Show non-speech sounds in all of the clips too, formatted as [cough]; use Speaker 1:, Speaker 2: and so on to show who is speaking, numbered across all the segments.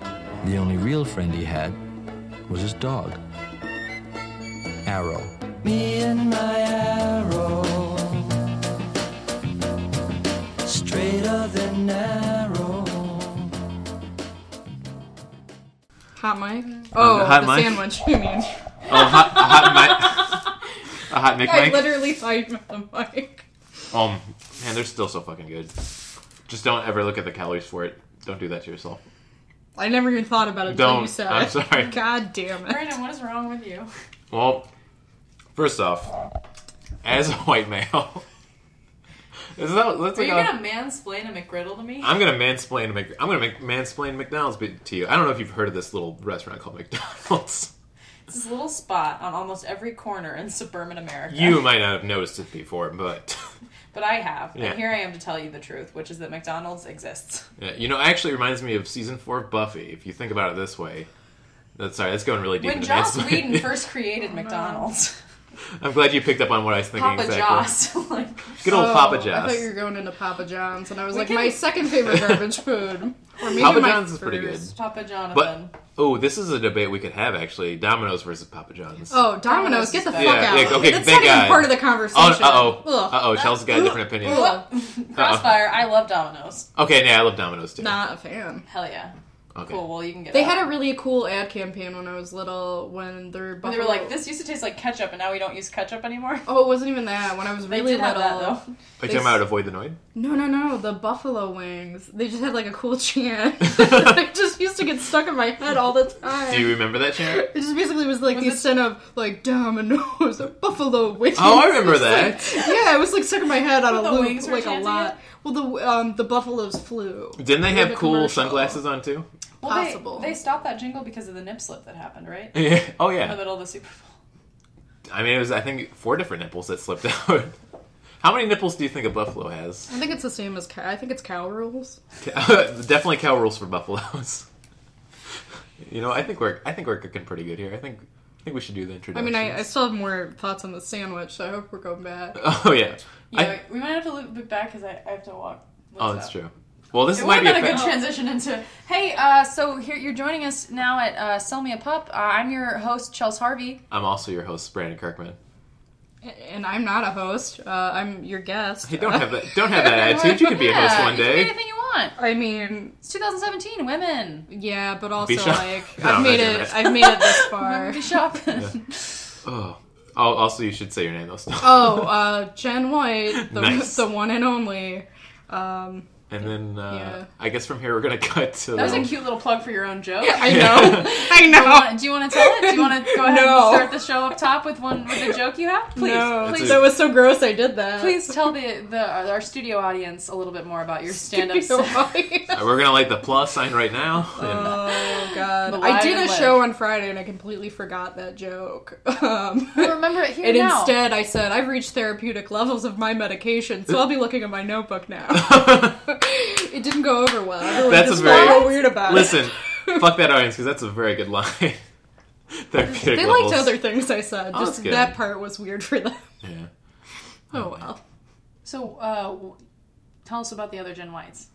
Speaker 1: The only real friend he had was his dog, Arrow.
Speaker 2: Me and my arrow, straighter than narrow.
Speaker 3: Hot mic? Oh,
Speaker 4: hot
Speaker 3: the
Speaker 4: mic?
Speaker 3: sandwich, you mean.
Speaker 4: Oh, hot, a hot mic. A hot mic
Speaker 3: [laughs] I
Speaker 4: mic.
Speaker 3: literally thought you meant the mic.
Speaker 4: um, man, they're still so fucking good. Just don't ever look at the calories for it. Don't do that to yourself.
Speaker 3: I never even thought about it until you
Speaker 4: Don't.
Speaker 3: said
Speaker 4: I'm
Speaker 3: it.
Speaker 4: sorry.
Speaker 3: [laughs] God damn it.
Speaker 5: Brandon, what is wrong with you?
Speaker 4: Well, first off, as a white male, [laughs] is that, let's
Speaker 5: Are
Speaker 4: take
Speaker 5: you
Speaker 4: a-
Speaker 5: gonna mansplain a McGriddle to me?
Speaker 4: I'm gonna mansplain Mc, I'm gonna make, mansplain McDonald's be- to you. I don't know if you've heard of this little restaurant called McDonald's. [laughs]
Speaker 5: It's this little spot on almost every corner in suburban America.
Speaker 4: You might not have noticed it before, but [laughs]
Speaker 5: But I have.
Speaker 4: Yeah.
Speaker 5: And here I am to tell you the truth, which is that McDonald's exists.
Speaker 4: yeah, you know, it actually reminds me of season four of Buffy. If you think about it this way, that's sorry, that's going really deep.
Speaker 5: when
Speaker 4: into
Speaker 5: Joss
Speaker 4: mansplaining.
Speaker 5: Whedon
Speaker 4: [laughs]
Speaker 5: first created
Speaker 3: Oh,
Speaker 5: McDonald's,
Speaker 4: I'm glad you picked up on what I was thinking
Speaker 5: Papa
Speaker 4: exactly.
Speaker 5: Joss, [laughs] like,
Speaker 4: Good old
Speaker 3: Oh,
Speaker 4: Papa
Speaker 3: I thought you were
Speaker 4: Joss.
Speaker 3: going into Papa John's, and I was like,
Speaker 5: can-
Speaker 3: my second
Speaker 4: [laughs]
Speaker 3: favorite garbage food. Or maybe
Speaker 4: Papa
Speaker 3: my
Speaker 4: John's is pretty good.
Speaker 3: first.
Speaker 5: Papa Jonathan.
Speaker 4: But oh, this is a debate we could have actually: Domino's versus Papa John's.
Speaker 3: Oh, Domino's, get the fuck
Speaker 5: Yeah,
Speaker 3: out.
Speaker 4: yeah, okay,
Speaker 3: That's
Speaker 4: thank
Speaker 3: not even
Speaker 4: God.
Speaker 3: part of the conversation.
Speaker 4: oh, uh oh,
Speaker 3: Ugh.
Speaker 4: uh oh. Chelsea's got a different opinion.
Speaker 5: [laughs]
Speaker 3: Ugh.
Speaker 5: Crossfire, I love Domino's.
Speaker 4: Okay, yeah, I love Domino's too.
Speaker 3: Not a fan.
Speaker 5: Hell yeah.
Speaker 4: okay.
Speaker 5: Cool, well, you can get
Speaker 3: They
Speaker 5: out.
Speaker 3: had a really cool ad campaign when I was little when their
Speaker 5: And
Speaker 3: buffalo...
Speaker 5: they were like, this used to taste like ketchup, and now we don't use ketchup anymore. [laughs]
Speaker 3: Oh, it wasn't even that. When I was
Speaker 5: They
Speaker 3: really
Speaker 5: did have
Speaker 3: little...
Speaker 5: that, though.
Speaker 4: Are you talking about avoid the noid?
Speaker 3: No, no, no. The buffalo wings. They just had like a cool
Speaker 4: [laughs]
Speaker 3: chant. [laughs] I just used to get stuck in my head all the time.
Speaker 4: Do you remember that chant?
Speaker 3: It just basically was like the scent of like dominoes or buffalo wings.
Speaker 4: Oh, I
Speaker 3: [laughs]
Speaker 4: remember
Speaker 3: It's like-
Speaker 4: that.
Speaker 3: yeah, it was like stuck in my head on a
Speaker 5: The
Speaker 3: loop
Speaker 5: wings were
Speaker 3: like a
Speaker 5: chanting
Speaker 3: lot. Well, the um the buffaloes flew.
Speaker 4: Didn't they
Speaker 3: the
Speaker 4: have cool
Speaker 3: commercial.
Speaker 4: sunglasses
Speaker 3: [laughs]
Speaker 4: on too?
Speaker 5: Well, they-
Speaker 3: Possible.
Speaker 5: They, stopped that jingle because of the nip slip that happened, right?
Speaker 4: Yeah. Oh
Speaker 5: In the
Speaker 4: yeah.
Speaker 5: middle of the Super Bowl.
Speaker 4: I mean, it was I think four different nipples that slipped [laughs] out. How many nipples do you think a buffalo has?
Speaker 3: I think it's the same as cow. I think it's cow rules.
Speaker 4: [laughs] Definitely cow rules for buffaloes. [laughs] You know, I think we're I think we're cooking pretty good here. I think I think we should do the
Speaker 3: I
Speaker 4: introduction.
Speaker 3: mean, I, I still have more thoughts on the sandwich, so I hope we're going back.
Speaker 4: [laughs] Oh yeah.
Speaker 5: Yeah,
Speaker 4: I-
Speaker 5: we might have to loop it back because I, I have to walk.
Speaker 4: oh,
Speaker 5: What's
Speaker 4: that's
Speaker 5: up?
Speaker 4: true. Well, this
Speaker 5: It would
Speaker 4: might
Speaker 5: have
Speaker 4: be
Speaker 5: been
Speaker 4: a
Speaker 5: a good
Speaker 4: fa-
Speaker 5: transition into, hey, uh, so here you're joining us now at uh, Sell Me a Pup. Uh, I'm your host, Chels Harvey.
Speaker 4: I'm also your host, Brandon
Speaker 3: [laughs]
Speaker 4: Kirkman.
Speaker 3: And I'm not a host. Uh, I'm your guest.
Speaker 4: Hey, don't
Speaker 3: [laughs]
Speaker 4: have that. Don't have that attitude. You could be a host one
Speaker 5: You can be
Speaker 4: day.
Speaker 5: anything you want.
Speaker 3: I mean,
Speaker 5: It's 2017, women.
Speaker 3: Yeah, but also
Speaker 4: shy.
Speaker 3: like
Speaker 4: [laughs] No,
Speaker 3: I've
Speaker 4: I'm
Speaker 3: made
Speaker 4: not doing
Speaker 3: it.
Speaker 4: that.
Speaker 3: I've made it this far.
Speaker 5: [laughs]
Speaker 4: [laughs]
Speaker 5: Be shopping.
Speaker 4: Oh. oh, also you should say your name though. still.
Speaker 3: Oh, uh, Jen White, the,
Speaker 4: Nice.
Speaker 3: the one and only. Um,
Speaker 4: [laughs] and then
Speaker 3: yeah.
Speaker 4: uh, I guess from here we're gonna cut to.
Speaker 5: That was
Speaker 4: the-
Speaker 5: a cute little plug for your own joke.
Speaker 3: I know. I
Speaker 4: [laughs]
Speaker 5: Uh,
Speaker 3: know.
Speaker 5: [laughs] Do you want to tell it? Do you want to go ahead
Speaker 3: No.
Speaker 5: and start the show up top with one with a joke you have? Please,
Speaker 3: no,
Speaker 4: That's
Speaker 5: please,
Speaker 4: it.
Speaker 3: that was so gross. I did that.
Speaker 5: please tell the, the our studio audience a little bit more about your [laughs]
Speaker 4: [laughs]
Speaker 5: stand-up. set.
Speaker 3: [laughs] oh
Speaker 4: Uh, We're gonna light the plus sign right now. and-
Speaker 3: god!
Speaker 5: The
Speaker 3: I did
Speaker 5: lion
Speaker 3: a
Speaker 5: live.
Speaker 3: show on Friday and I completely forgot that joke. [laughs] Um,
Speaker 5: I remember it here
Speaker 3: and
Speaker 5: now.
Speaker 3: instead, I said I've reached therapeutic levels of my medication, so I'll be looking at my notebook now. [laughs] Oh.
Speaker 4: [laughs]
Speaker 3: it didn't go over well. Everyone
Speaker 4: That's
Speaker 3: just
Speaker 4: a very-
Speaker 3: felt weird about it.
Speaker 4: Listen, fuck that audience because that's a very good line. [laughs] Therapeutic
Speaker 3: They
Speaker 4: levels.
Speaker 3: liked other things I said.
Speaker 4: Oh,
Speaker 3: Just
Speaker 4: that's good.
Speaker 3: that part was weird for them. [laughs]
Speaker 4: Yeah.
Speaker 3: Oh well.
Speaker 5: so, uh, w- tell us about the other Gen Whites.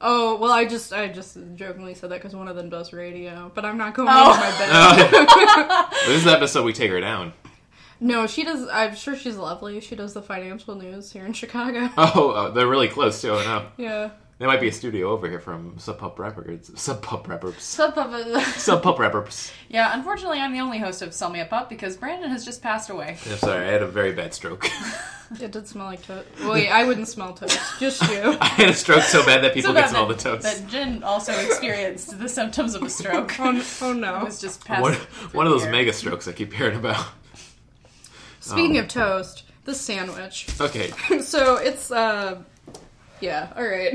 Speaker 3: Oh well, I just I just jokingly said that because one of them does radio, but I'm not going
Speaker 5: Oh.
Speaker 3: into my bed.
Speaker 4: This is the episode we take her down.
Speaker 3: [laughs]
Speaker 4: [laughs]
Speaker 3: No, she does. I'm sure she's lovely. She does the financial news here in Chicago. [laughs]
Speaker 4: Oh, uh, they're really close too. Oh no,
Speaker 3: Yeah.
Speaker 4: there might be a studio over here from Sub Pop Records. Sub Pop Records.
Speaker 5: yeah,
Speaker 4: Sub Pop Records.
Speaker 5: unfortunately, I'm the only host of Sell Me a Pup because Brandon has just passed away.
Speaker 4: I'm sorry, I had a very bad stroke.
Speaker 3: It did smell like toast. Wait, I wouldn't smell toast. Just
Speaker 4: [laughs]
Speaker 3: you.
Speaker 4: [laughs] I had a stroke so bad that people
Speaker 5: So
Speaker 4: could
Speaker 5: that-
Speaker 4: smell the
Speaker 5: that-
Speaker 4: toast.
Speaker 5: That Jen also experienced the symptoms of a [laughs] stroke.
Speaker 3: Oh, n- oh
Speaker 5: It
Speaker 3: no.
Speaker 5: was just passed.
Speaker 4: one, one of those
Speaker 5: here.
Speaker 4: mega strokes I keep hearing about. Um,
Speaker 3: Speaking of toast, the sandwich. [laughs]
Speaker 5: [laughs]
Speaker 4: Okay,
Speaker 3: So it's uh, yeah. All [laughs]
Speaker 4: [laughs]
Speaker 3: right.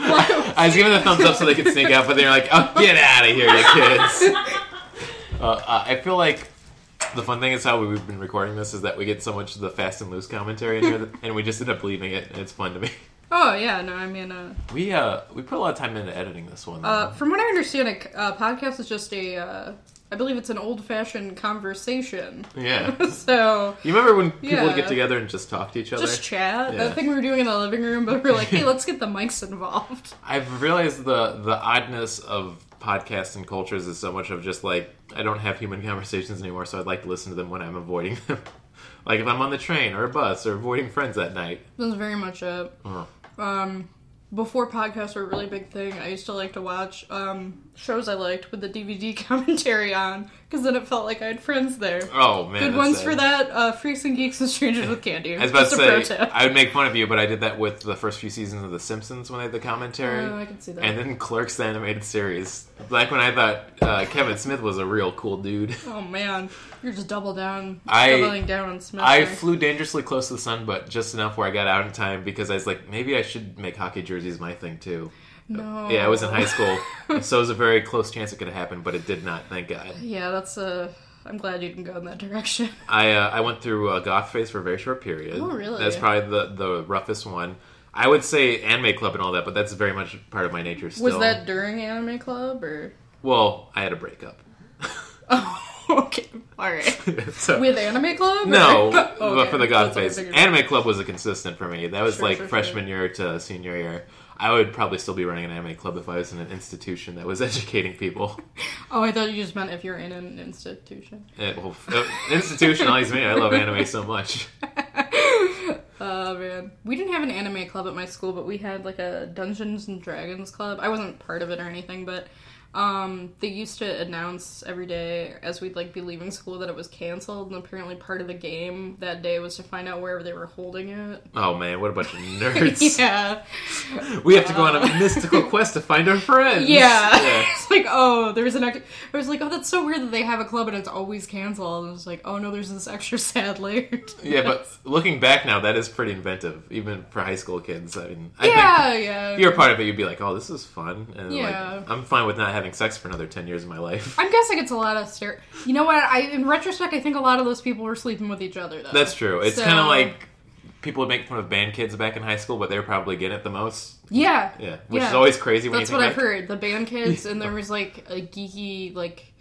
Speaker 4: I was giving the thumbs up so they could sneak out, but they're like, "Oh, get out of here, you
Speaker 5: [laughs]
Speaker 4: kids!" Uh, uh, I feel like the fun thing is how we've been recording this is that we get so much of the fast and loose commentary in here, that, and we just end up leaving it, and it's fun to me.
Speaker 3: oh yeah. No, I mean uh.
Speaker 4: We uh we put a lot of time into editing this one.
Speaker 3: Uh, from what I understand, a uh, podcast is just a, uh, I believe it's an old fashioned conversation.
Speaker 4: yeah.
Speaker 3: So
Speaker 4: You
Speaker 3: [laughs]
Speaker 4: remember when people would
Speaker 3: Yeah.
Speaker 4: get together and just talk to each other?
Speaker 3: just chat.
Speaker 4: Yeah.
Speaker 3: That thing we were doing in
Speaker 4: [laughs]
Speaker 3: the living room, but we're like, hey, let's get the mics involved.
Speaker 4: I've realized the the oddness of podcasts and cultures is so much of just like I don't have human [laughs] conversations anymore, so I'd like to listen to them when I'm avoiding them. [laughs] like if I'm on the train or a bus or avoiding friends that night.
Speaker 3: That was very much it.
Speaker 4: Oh.
Speaker 3: Um, before podcasts were a really big thing, I used to like to watch um, shows I liked with the DVD [laughs] commentary on, because then it felt like I had friends there.
Speaker 4: Oh man,
Speaker 3: Good
Speaker 4: that's
Speaker 3: ones
Speaker 4: sad.
Speaker 3: for that. Uh, Freaks and Geeks and Strangers with Candy.
Speaker 4: I was about
Speaker 3: Just a
Speaker 4: to
Speaker 3: pro
Speaker 4: say
Speaker 3: tip.
Speaker 4: I would make fun of you, but I did that with the first few seasons of The Simpsons when they had the commentary,
Speaker 3: Oh, I can see that.
Speaker 4: and then Clerks the animated series. Like when I thought uh, Kevin Smith was a real cool dude. [laughs]
Speaker 3: oh man, you're just double down,
Speaker 4: I-
Speaker 3: doubling down on Smith.
Speaker 4: I
Speaker 3: there.
Speaker 4: flew dangerously close to the sun, but just enough where I got out in time because I was like, maybe I should make hockey jerseys my thing too.
Speaker 3: No.
Speaker 4: Yeah, I was in high school,
Speaker 3: Oh.
Speaker 4: so it was a very close chance it could have happened, but it did not. Thank God.
Speaker 3: [laughs] Yeah, that's Uh, I'm glad you didn't go in that
Speaker 4: [laughs]
Speaker 3: direction.
Speaker 4: I uh, I went through a goth phase for a very short period.
Speaker 3: Oh, really?
Speaker 4: That's probably the the roughest one. I would say anime club and all that, but that's very much part of my nature still.
Speaker 3: Was that during Anime Club
Speaker 4: [laughs]
Speaker 3: or?
Speaker 4: Well, I had a breakup. [laughs]
Speaker 3: Oh, okay, all right.
Speaker 4: so,
Speaker 3: [laughs] With Anime Club? or-
Speaker 4: no,
Speaker 3: [laughs]
Speaker 4: but
Speaker 3: Okay,
Speaker 4: for the goth
Speaker 3: that's what I
Speaker 4: phase,
Speaker 3: figured.
Speaker 4: anime club was a consistent for me. That was
Speaker 3: Sure,
Speaker 4: like
Speaker 3: sure,
Speaker 4: freshman year to senior year. I would probably still be running an anime club if I was in an institution that was [laughs] educating people.
Speaker 3: Oh, I thought you just meant if you're in an institution.
Speaker 4: It, well, uh, institutionalize me. I love anime so much.
Speaker 3: Oh man, we didn't have an anime club at my school, but we had like a Dungeons and Dragons club. I wasn't part of it or anything, but um, they used to announce every day as we'd like be leaving school that it was canceled, and apparently part of the game that day was to find out wherever they were holding it.
Speaker 4: Oh man, what a
Speaker 3: [laughs]
Speaker 4: bunch of nerds.
Speaker 3: Yeah,
Speaker 4: We have to go on a mystical quest to find our
Speaker 3: [laughs]
Speaker 4: friends.
Speaker 3: yeah. [laughs] it's like oh, there's an. Ex- I was like, oh, that's so weird that they have a club and it's always canceled. And I was like, oh no, there's this extra sad [laughs] layer. to
Speaker 4: Yeah, but looking back now, that is pretty inventive, even for high school kids. I mean, I
Speaker 3: yeah,
Speaker 4: think
Speaker 3: yeah.
Speaker 4: if you're a part of it, you'd be like, "Oh, this is fun," and
Speaker 3: Yeah.
Speaker 4: like, I'm fine with not having sex for another ten years of my life.
Speaker 3: I'm guessing it's a lot of stere You know what? I in retrospect, I think a lot of those people were sleeping with each other. Though
Speaker 4: That's true. It's
Speaker 3: So-
Speaker 4: kind of like people would make fun of band kids back in high school, but they were probably getting it the most.
Speaker 3: yeah,
Speaker 4: Yeah, which is
Speaker 3: Yeah.
Speaker 4: always crazy when
Speaker 3: That's
Speaker 4: you
Speaker 3: what
Speaker 4: think
Speaker 3: I've
Speaker 4: back.
Speaker 3: heard. The band kids, and there was like a geeky like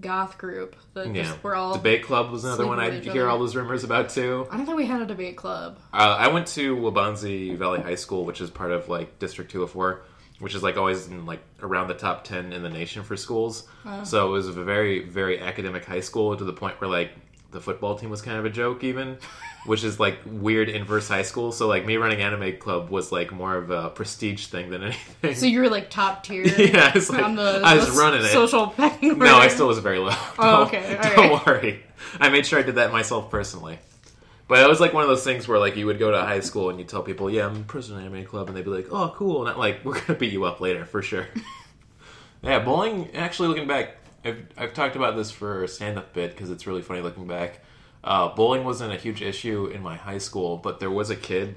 Speaker 3: goth group that
Speaker 4: Yeah,
Speaker 3: just were all.
Speaker 4: debate club was another one I
Speaker 3: sleeping with each
Speaker 4: hear
Speaker 3: other.
Speaker 4: all those rumors about too.
Speaker 3: I don't think we had a debate club.
Speaker 4: Uh, I went to Wabanzi Valley High School, which is part of like District 204, which is like always in like around the top 10 in the nation for schools. So it was a very, very academic high school to the point where like the football team was kind of a joke,
Speaker 3: [laughs]
Speaker 4: even, which is like weird inverse high school. So like me running anime club was like more of a prestige thing than anything.
Speaker 3: So you were like top tier.
Speaker 4: [laughs] yeah, it's like,
Speaker 3: On the,
Speaker 4: I was
Speaker 3: the
Speaker 4: running it.
Speaker 3: social [laughs] pecking
Speaker 4: No, I
Speaker 3: order.
Speaker 4: still was very low.
Speaker 3: Oh, okay. All
Speaker 4: Don't worry. I made sure I did that myself personally. But it was like one of those things where like you would go to high school and you tell people, "Yeah, I'm president of anime club," and they'd be like, "Oh, cool." Not like [laughs] we're gonna beat you up later for
Speaker 3: [laughs]
Speaker 4: sure. yeah, bowling. Actually, looking back, I've, I've talked about this for a stand-up bit because it's really funny looking back. Uh, bowling wasn't a huge issue in my high school, but there was a kid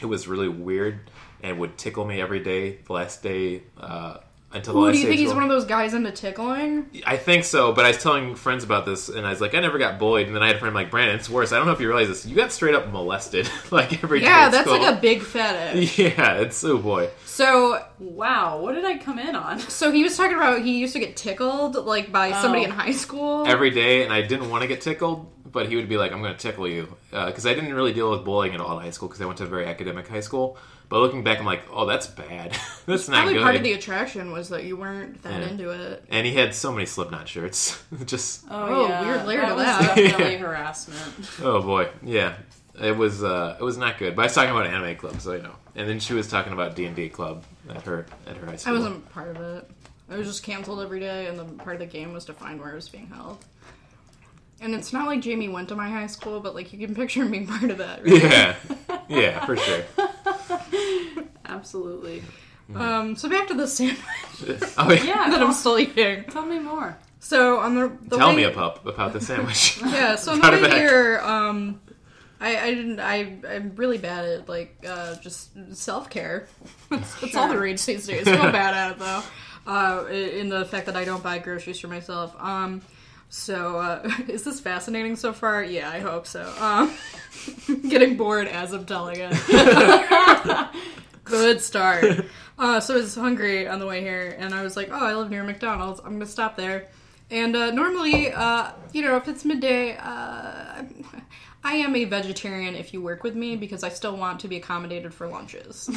Speaker 4: who was really weird and would tickle me every day. The last day uh, until the
Speaker 3: Ooh,
Speaker 4: last
Speaker 3: do you
Speaker 4: day
Speaker 3: think he's
Speaker 4: school.
Speaker 3: one of those guys into tickling?
Speaker 4: I think so, but I was telling friends about this, and I was like, I never got bullied. And then I had a friend like, Brandon, it's worse. I don't know if you realize this. You got straight up molested, [laughs] like every day
Speaker 3: Yeah,
Speaker 4: at
Speaker 3: that's
Speaker 4: school.
Speaker 3: like a big fetish.
Speaker 4: [laughs] yeah. It's oh boy.
Speaker 3: So
Speaker 6: Wow, what did I come in on?
Speaker 3: So he was talking about he used to get tickled like by somebody
Speaker 6: Oh.
Speaker 3: in high school.
Speaker 4: every day, and I didn't want to get tickled, but he would be like, "I'm going to tickle you," because I didn't really deal with bullying at all in high school because I went to a very academic high school. But looking back, I'm like, "Oh, that's bad. [laughs] that's not
Speaker 3: Probably
Speaker 4: good."
Speaker 3: part of the attraction was that you weren't that
Speaker 4: Yeah.
Speaker 3: into it.
Speaker 4: and he had so many Slipknot shirts. [laughs] Just
Speaker 3: Oh, weird layer
Speaker 6: that
Speaker 3: to
Speaker 6: was
Speaker 3: that.
Speaker 4: [laughs]
Speaker 5: [laughs]
Speaker 6: definitely harassment.
Speaker 4: Oh boy, yeah, it was uh, it was not good. But I was talking about anime club, so you know. And then she was talking about D and D club at her at her high
Speaker 3: I
Speaker 4: school.
Speaker 3: wasn't part of it. I was just canceled every day, and the part of the game was to find where it was being held. And it's not like Jamie went to my high school, but like you can picture him being [laughs] part of that. Right?
Speaker 4: [laughs] Yeah, yeah,
Speaker 3: [laughs]
Speaker 4: for sure. Oh,
Speaker 6: Absolutely.
Speaker 3: Um, so back to the sandwich [laughs]
Speaker 4: Oh, yeah.
Speaker 6: Yeah,
Speaker 3: that
Speaker 6: tell,
Speaker 3: I'm still eating.
Speaker 6: tell me more.
Speaker 3: So on the, the
Speaker 4: Tell
Speaker 3: way-
Speaker 4: me a pup about
Speaker 3: [laughs]
Speaker 4: the sandwich. [laughs]
Speaker 3: Yeah, so
Speaker 4: Got it
Speaker 3: another
Speaker 4: back.
Speaker 3: year, um, I, I didn't. I I'm really bad at like uh, just self care. that's, that's all the rage these days. Real bad at it though. Uh, i- in the fact that I don't buy groceries for myself. Um, so uh, [laughs] is this fascinating so far? Yeah, I hope so. Um, [laughs] getting bored as I'm telling it. [laughs] Good start. Uh, so I was hungry on the way here, and I was like, "Oh, I live near McDonald's. I'm gonna stop there." And uh, normally, uh, you know, if it's midday, uh, [laughs] I am a vegetarian. If you work with me, because I still want to be accommodated for lunches.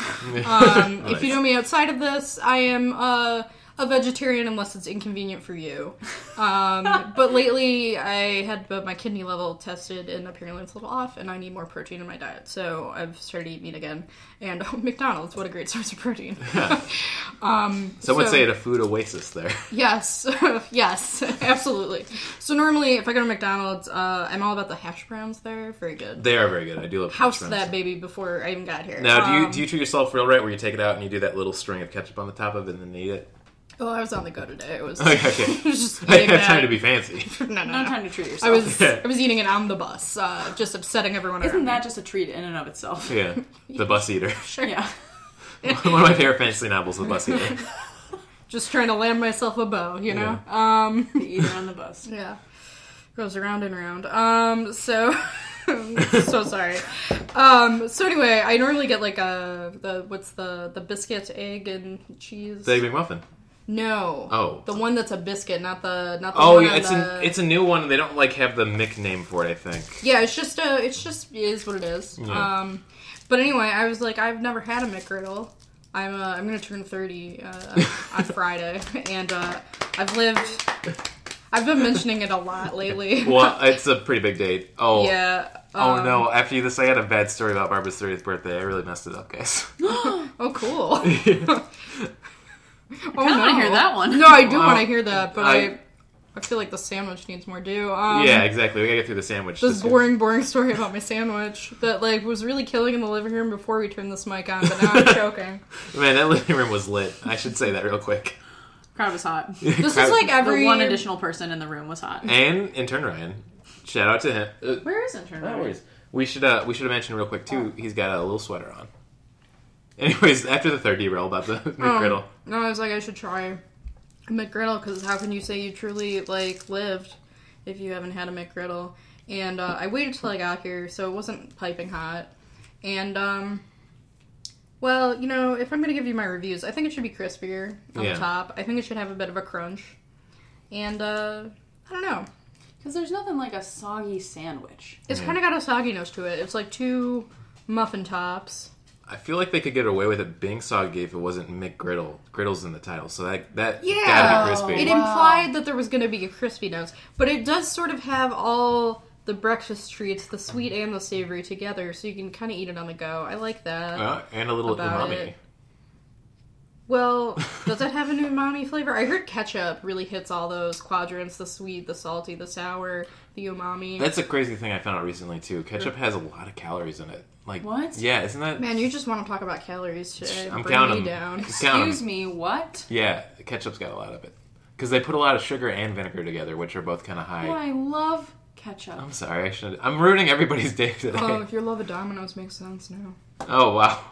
Speaker 3: Um, If you know me outside of this, I am. Uh, a vegetarian unless it's inconvenient for you.
Speaker 4: [laughs]
Speaker 3: Um, but lately, I had both my kidney level tested, and apparently it's a little off, and I need more protein in my diet. So I've started eating meat again. And oh, [laughs] McDonald's, what a great source of
Speaker 4: [laughs]
Speaker 3: protein.
Speaker 4: Some would
Speaker 3: So-
Speaker 4: say it a food oasis there. [laughs]
Speaker 3: Yes, [laughs] yes, absolutely. So normally, if I go to McDonald's, uh, I'm all about the hash browns there. Very good.
Speaker 4: they are very good. I do love
Speaker 3: House
Speaker 4: hash browns.
Speaker 3: that baby before I even got here.
Speaker 4: Now, do
Speaker 3: Um,
Speaker 4: you do you treat yourself real right where you take it out and you do that little string of ketchup on the top of it and then eat
Speaker 3: [laughs]
Speaker 4: it? [laughs]
Speaker 3: Oh, I was on the go today. It was, [laughs]
Speaker 4: Okay,
Speaker 3: it
Speaker 4: okay.
Speaker 3: was just
Speaker 4: [laughs] I
Speaker 3: eating
Speaker 4: have time
Speaker 3: that.
Speaker 4: to be fancy.
Speaker 3: [laughs]
Speaker 4: [laughs]
Speaker 3: no, no,
Speaker 5: No
Speaker 3: no.
Speaker 5: time to treat yourself.
Speaker 3: I was
Speaker 4: Yeah.
Speaker 3: I was eating it on the bus, uh, just upsetting everyone.
Speaker 5: [laughs] Isn't
Speaker 3: around
Speaker 5: that just a treat in and of itself?
Speaker 4: Yeah,
Speaker 3: [laughs]
Speaker 4: the bus eater. [laughs]
Speaker 5: Sure. [laughs] Yeah.
Speaker 4: One of my favorite fantasy novels, the bus eater.
Speaker 3: me. just trying to land myself a bow, you know? Um,
Speaker 5: Eating on the bus.
Speaker 3: yeah, goes around and around. Um, so [laughs] so sorry. Um, so anyway, I normally get like a the what's the the biscuit, egg, and cheese.
Speaker 4: The Egg McMuffin.
Speaker 3: No.
Speaker 4: Oh.
Speaker 3: The one that's a biscuit, not the not the
Speaker 4: Oh,
Speaker 3: one
Speaker 4: yeah,
Speaker 3: on
Speaker 4: it's
Speaker 3: the...
Speaker 4: a it's a new one. They don't like have the Mick name for it.
Speaker 3: [laughs]
Speaker 4: I think.
Speaker 3: Yeah, it's just a it's just it is what it is.
Speaker 4: Yeah.
Speaker 3: Um but anyway, I was like I've never had a McGriddle. I'm uh, I'm going to turn 30 uh,
Speaker 4: [laughs]
Speaker 3: on Friday and uh, I've lived I've been mentioning it a lot
Speaker 4: [laughs]
Speaker 3: lately.
Speaker 4: Well, it's a pretty big date.
Speaker 3: [laughs]
Speaker 4: Oh.
Speaker 3: yeah.
Speaker 4: Oh
Speaker 3: um,
Speaker 4: no! After you this, I had a bad story about Barbara's thirtieth birthday. I really messed it up,
Speaker 3: [laughs]
Speaker 4: guys.
Speaker 3: Oh
Speaker 4: [laughs]
Speaker 3: cool. I [laughs]
Speaker 5: I don't want to hear that one.
Speaker 3: No, I do
Speaker 4: Well,
Speaker 3: want to hear that, but I,
Speaker 4: I-
Speaker 3: I feel like the sandwich needs more due. Um,
Speaker 4: yeah, exactly. We gotta get through the sandwich.
Speaker 3: this
Speaker 4: this year.
Speaker 3: boring, boring story about my sandwich that like was really killing in the living room before we turned this mic on, but now
Speaker 4: [laughs]
Speaker 3: I'm choking.
Speaker 4: Man, that living room was lit. I should say that real quick. [laughs]
Speaker 5: Crowd was hot.
Speaker 3: This is like every
Speaker 5: The one additional person in the room was hot.
Speaker 4: and intern Ryan. Shout out to him. Uh,
Speaker 5: Where is intern?
Speaker 4: no worries. We should uh, we should have mentioned real quick
Speaker 3: Oh.
Speaker 4: too. He's got a little sweater on. Anyways, after the third derail about the [laughs]
Speaker 3: Oh.
Speaker 4: McGriddle.
Speaker 3: um, No, I was like, I should try a McGriddle because how can you say you truly like lived if you haven't had a McGriddle? And uh, I waited till I got here, so it wasn't piping hot. And um, well, you know, if I'm gonna give you my reviews, I think it should be crispier on
Speaker 4: Yeah.
Speaker 3: the top. I think it should have a bit of a crunch. And uh, I don't know.
Speaker 5: Because there's nothing like a soggy sandwich.
Speaker 3: It's kind of got a sogginess to it. It's like two muffin tops.
Speaker 4: I feel like they could get away with it being soggy if it wasn't McGriddle. Griddle's in the title, so that that
Speaker 3: Yeah.
Speaker 4: gotta be crispy.
Speaker 3: It implied that there was going to be a crispy nose, but it does sort of have all the breakfast treats, the sweet and the savory together, so you can kind of eat it on the go. I like that.
Speaker 4: Uh, and a little
Speaker 3: About
Speaker 4: umami.
Speaker 3: it.
Speaker 4: [laughs]
Speaker 3: Well, does that have an umami flavor? I heard ketchup really hits all those quadrants the sweet, the salty, the sour, the umami.
Speaker 4: That's a crazy thing I found out recently too. Ketchup has a lot of calories in it. Like
Speaker 5: What?
Speaker 4: Yeah, isn't that?
Speaker 3: Man, you just want to talk about calories today.
Speaker 4: I'm
Speaker 3: Bring
Speaker 4: counting
Speaker 3: me
Speaker 4: [laughs] 'em.
Speaker 3: down.
Speaker 4: Count 'em.
Speaker 5: Excuse me, what?
Speaker 4: Yeah, ketchup's got a lot of it because they put a lot of sugar and vinegar together, which are both kind of high.
Speaker 5: Oh, I love ketchup.
Speaker 4: I'm sorry, I should. I'm ruining everybody's day today.
Speaker 3: Oh,
Speaker 4: [laughs] Oh,
Speaker 3: if your love of Domino's makes sense now.
Speaker 4: wow.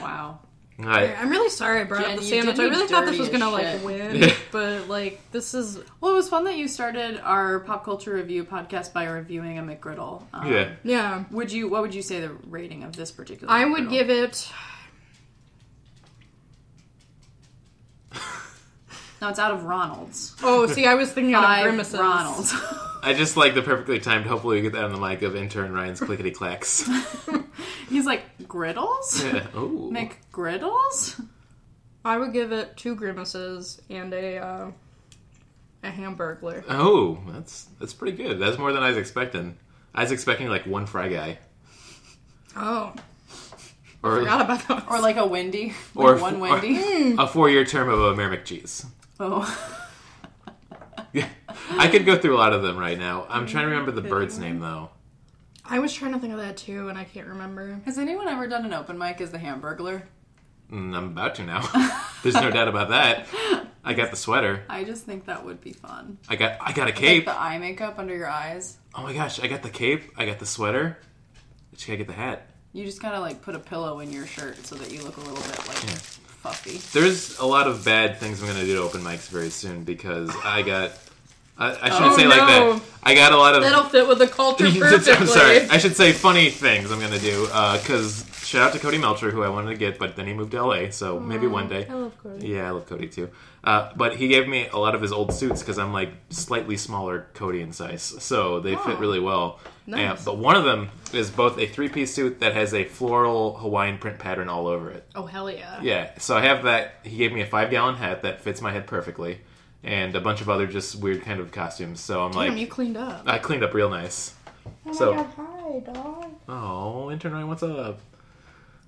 Speaker 5: Wow.
Speaker 4: All right.
Speaker 3: I'm really sorry I brought
Speaker 5: Jen,
Speaker 3: up the
Speaker 5: you did
Speaker 3: sandwich. I
Speaker 5: me
Speaker 3: really thought this was
Speaker 5: dirty as
Speaker 3: gonna like
Speaker 4: [laughs]
Speaker 5: shit.
Speaker 3: win, but like this is
Speaker 5: Well, it was fun that you started our pop culture review podcast by reviewing a McGriddle. Um,
Speaker 4: Yeah.
Speaker 3: yeah.
Speaker 5: Would you? What would you say the rating of this particular?
Speaker 3: I would
Speaker 5: McGriddle?
Speaker 3: give it
Speaker 5: No, it's out of Ronald's.
Speaker 3: Oh, see, I was thinking out of
Speaker 5: Five
Speaker 3: grimaces.
Speaker 4: [laughs]
Speaker 5: Ronald's.
Speaker 4: I just like the perfectly timed. Hopefully, we get that on the mic of intern Ryan's clickety clacks.
Speaker 3: [laughs]
Speaker 5: He's like griddles.
Speaker 4: yeah. [laughs] Ooh.
Speaker 5: McGriddles.
Speaker 3: I would give it two grimaces and a uh, a hamburglar.
Speaker 4: Oh, that's that's pretty good. That's more than I was expecting. I was expecting like one fry guy,
Speaker 3: Oh, [laughs]
Speaker 4: or
Speaker 3: forgot about those.
Speaker 5: Or like
Speaker 4: [laughs]
Speaker 5: a Wendy. Like
Speaker 4: Or-
Speaker 5: one Wendy.
Speaker 4: a four-year term of a Merrick cheese.
Speaker 5: [laughs]
Speaker 4: [laughs]
Speaker 5: oh.
Speaker 4: I could go through a lot of them right now. I'm trying to remember the bird's name though.
Speaker 3: I was trying to think of that too, and I can't remember.
Speaker 5: Has anyone ever done an open mic as the Hamburglar?
Speaker 4: Mm, I'm about to now. [laughs] There's no doubt about that. I got the sweater.
Speaker 5: I just think that would be fun.
Speaker 4: I got I got a
Speaker 5: Like
Speaker 4: cape.
Speaker 5: the eye makeup under your eyes.
Speaker 4: Oh my gosh, I got the cape. I got the sweater. I just gotta get the hat.
Speaker 5: You just gotta like put a pillow in your shirt so that you look a little bit like fluffy.
Speaker 4: There's a lot of bad things I'm gonna do to open mics very soon because I got. I, I shouldn't say it like
Speaker 3: no.
Speaker 4: that. I got a lot of.
Speaker 3: That'll fit with the culture
Speaker 4: [laughs] I'm
Speaker 3: perfectly.
Speaker 4: sorry. I should say funny things I'm gonna do because uh, shout out to Cody Melcher, who I wanted to get, but then he moved to LA, so maybe one day.
Speaker 3: I love Cody.
Speaker 4: Yeah, I love Cody too. Uh, but he gave me a lot of his old suits because I'm like slightly smaller Cody in size, so they fit really well.
Speaker 3: Nice.
Speaker 4: And- but one of them is both a three piece suit that has a floral Hawaiian print pattern all over it.
Speaker 3: Oh hell yeah.
Speaker 4: Yeah, so I have that. He gave me a five gallon hat that fits my head perfectly, and a bunch of other just weird kind of costumes. So I'm
Speaker 3: Damn,
Speaker 4: like,
Speaker 3: you cleaned up.
Speaker 4: I cleaned up real nice.
Speaker 6: Hmm. Oh
Speaker 4: So-
Speaker 6: my god, hi, dog.
Speaker 4: Oh, intern Ryan, what's up?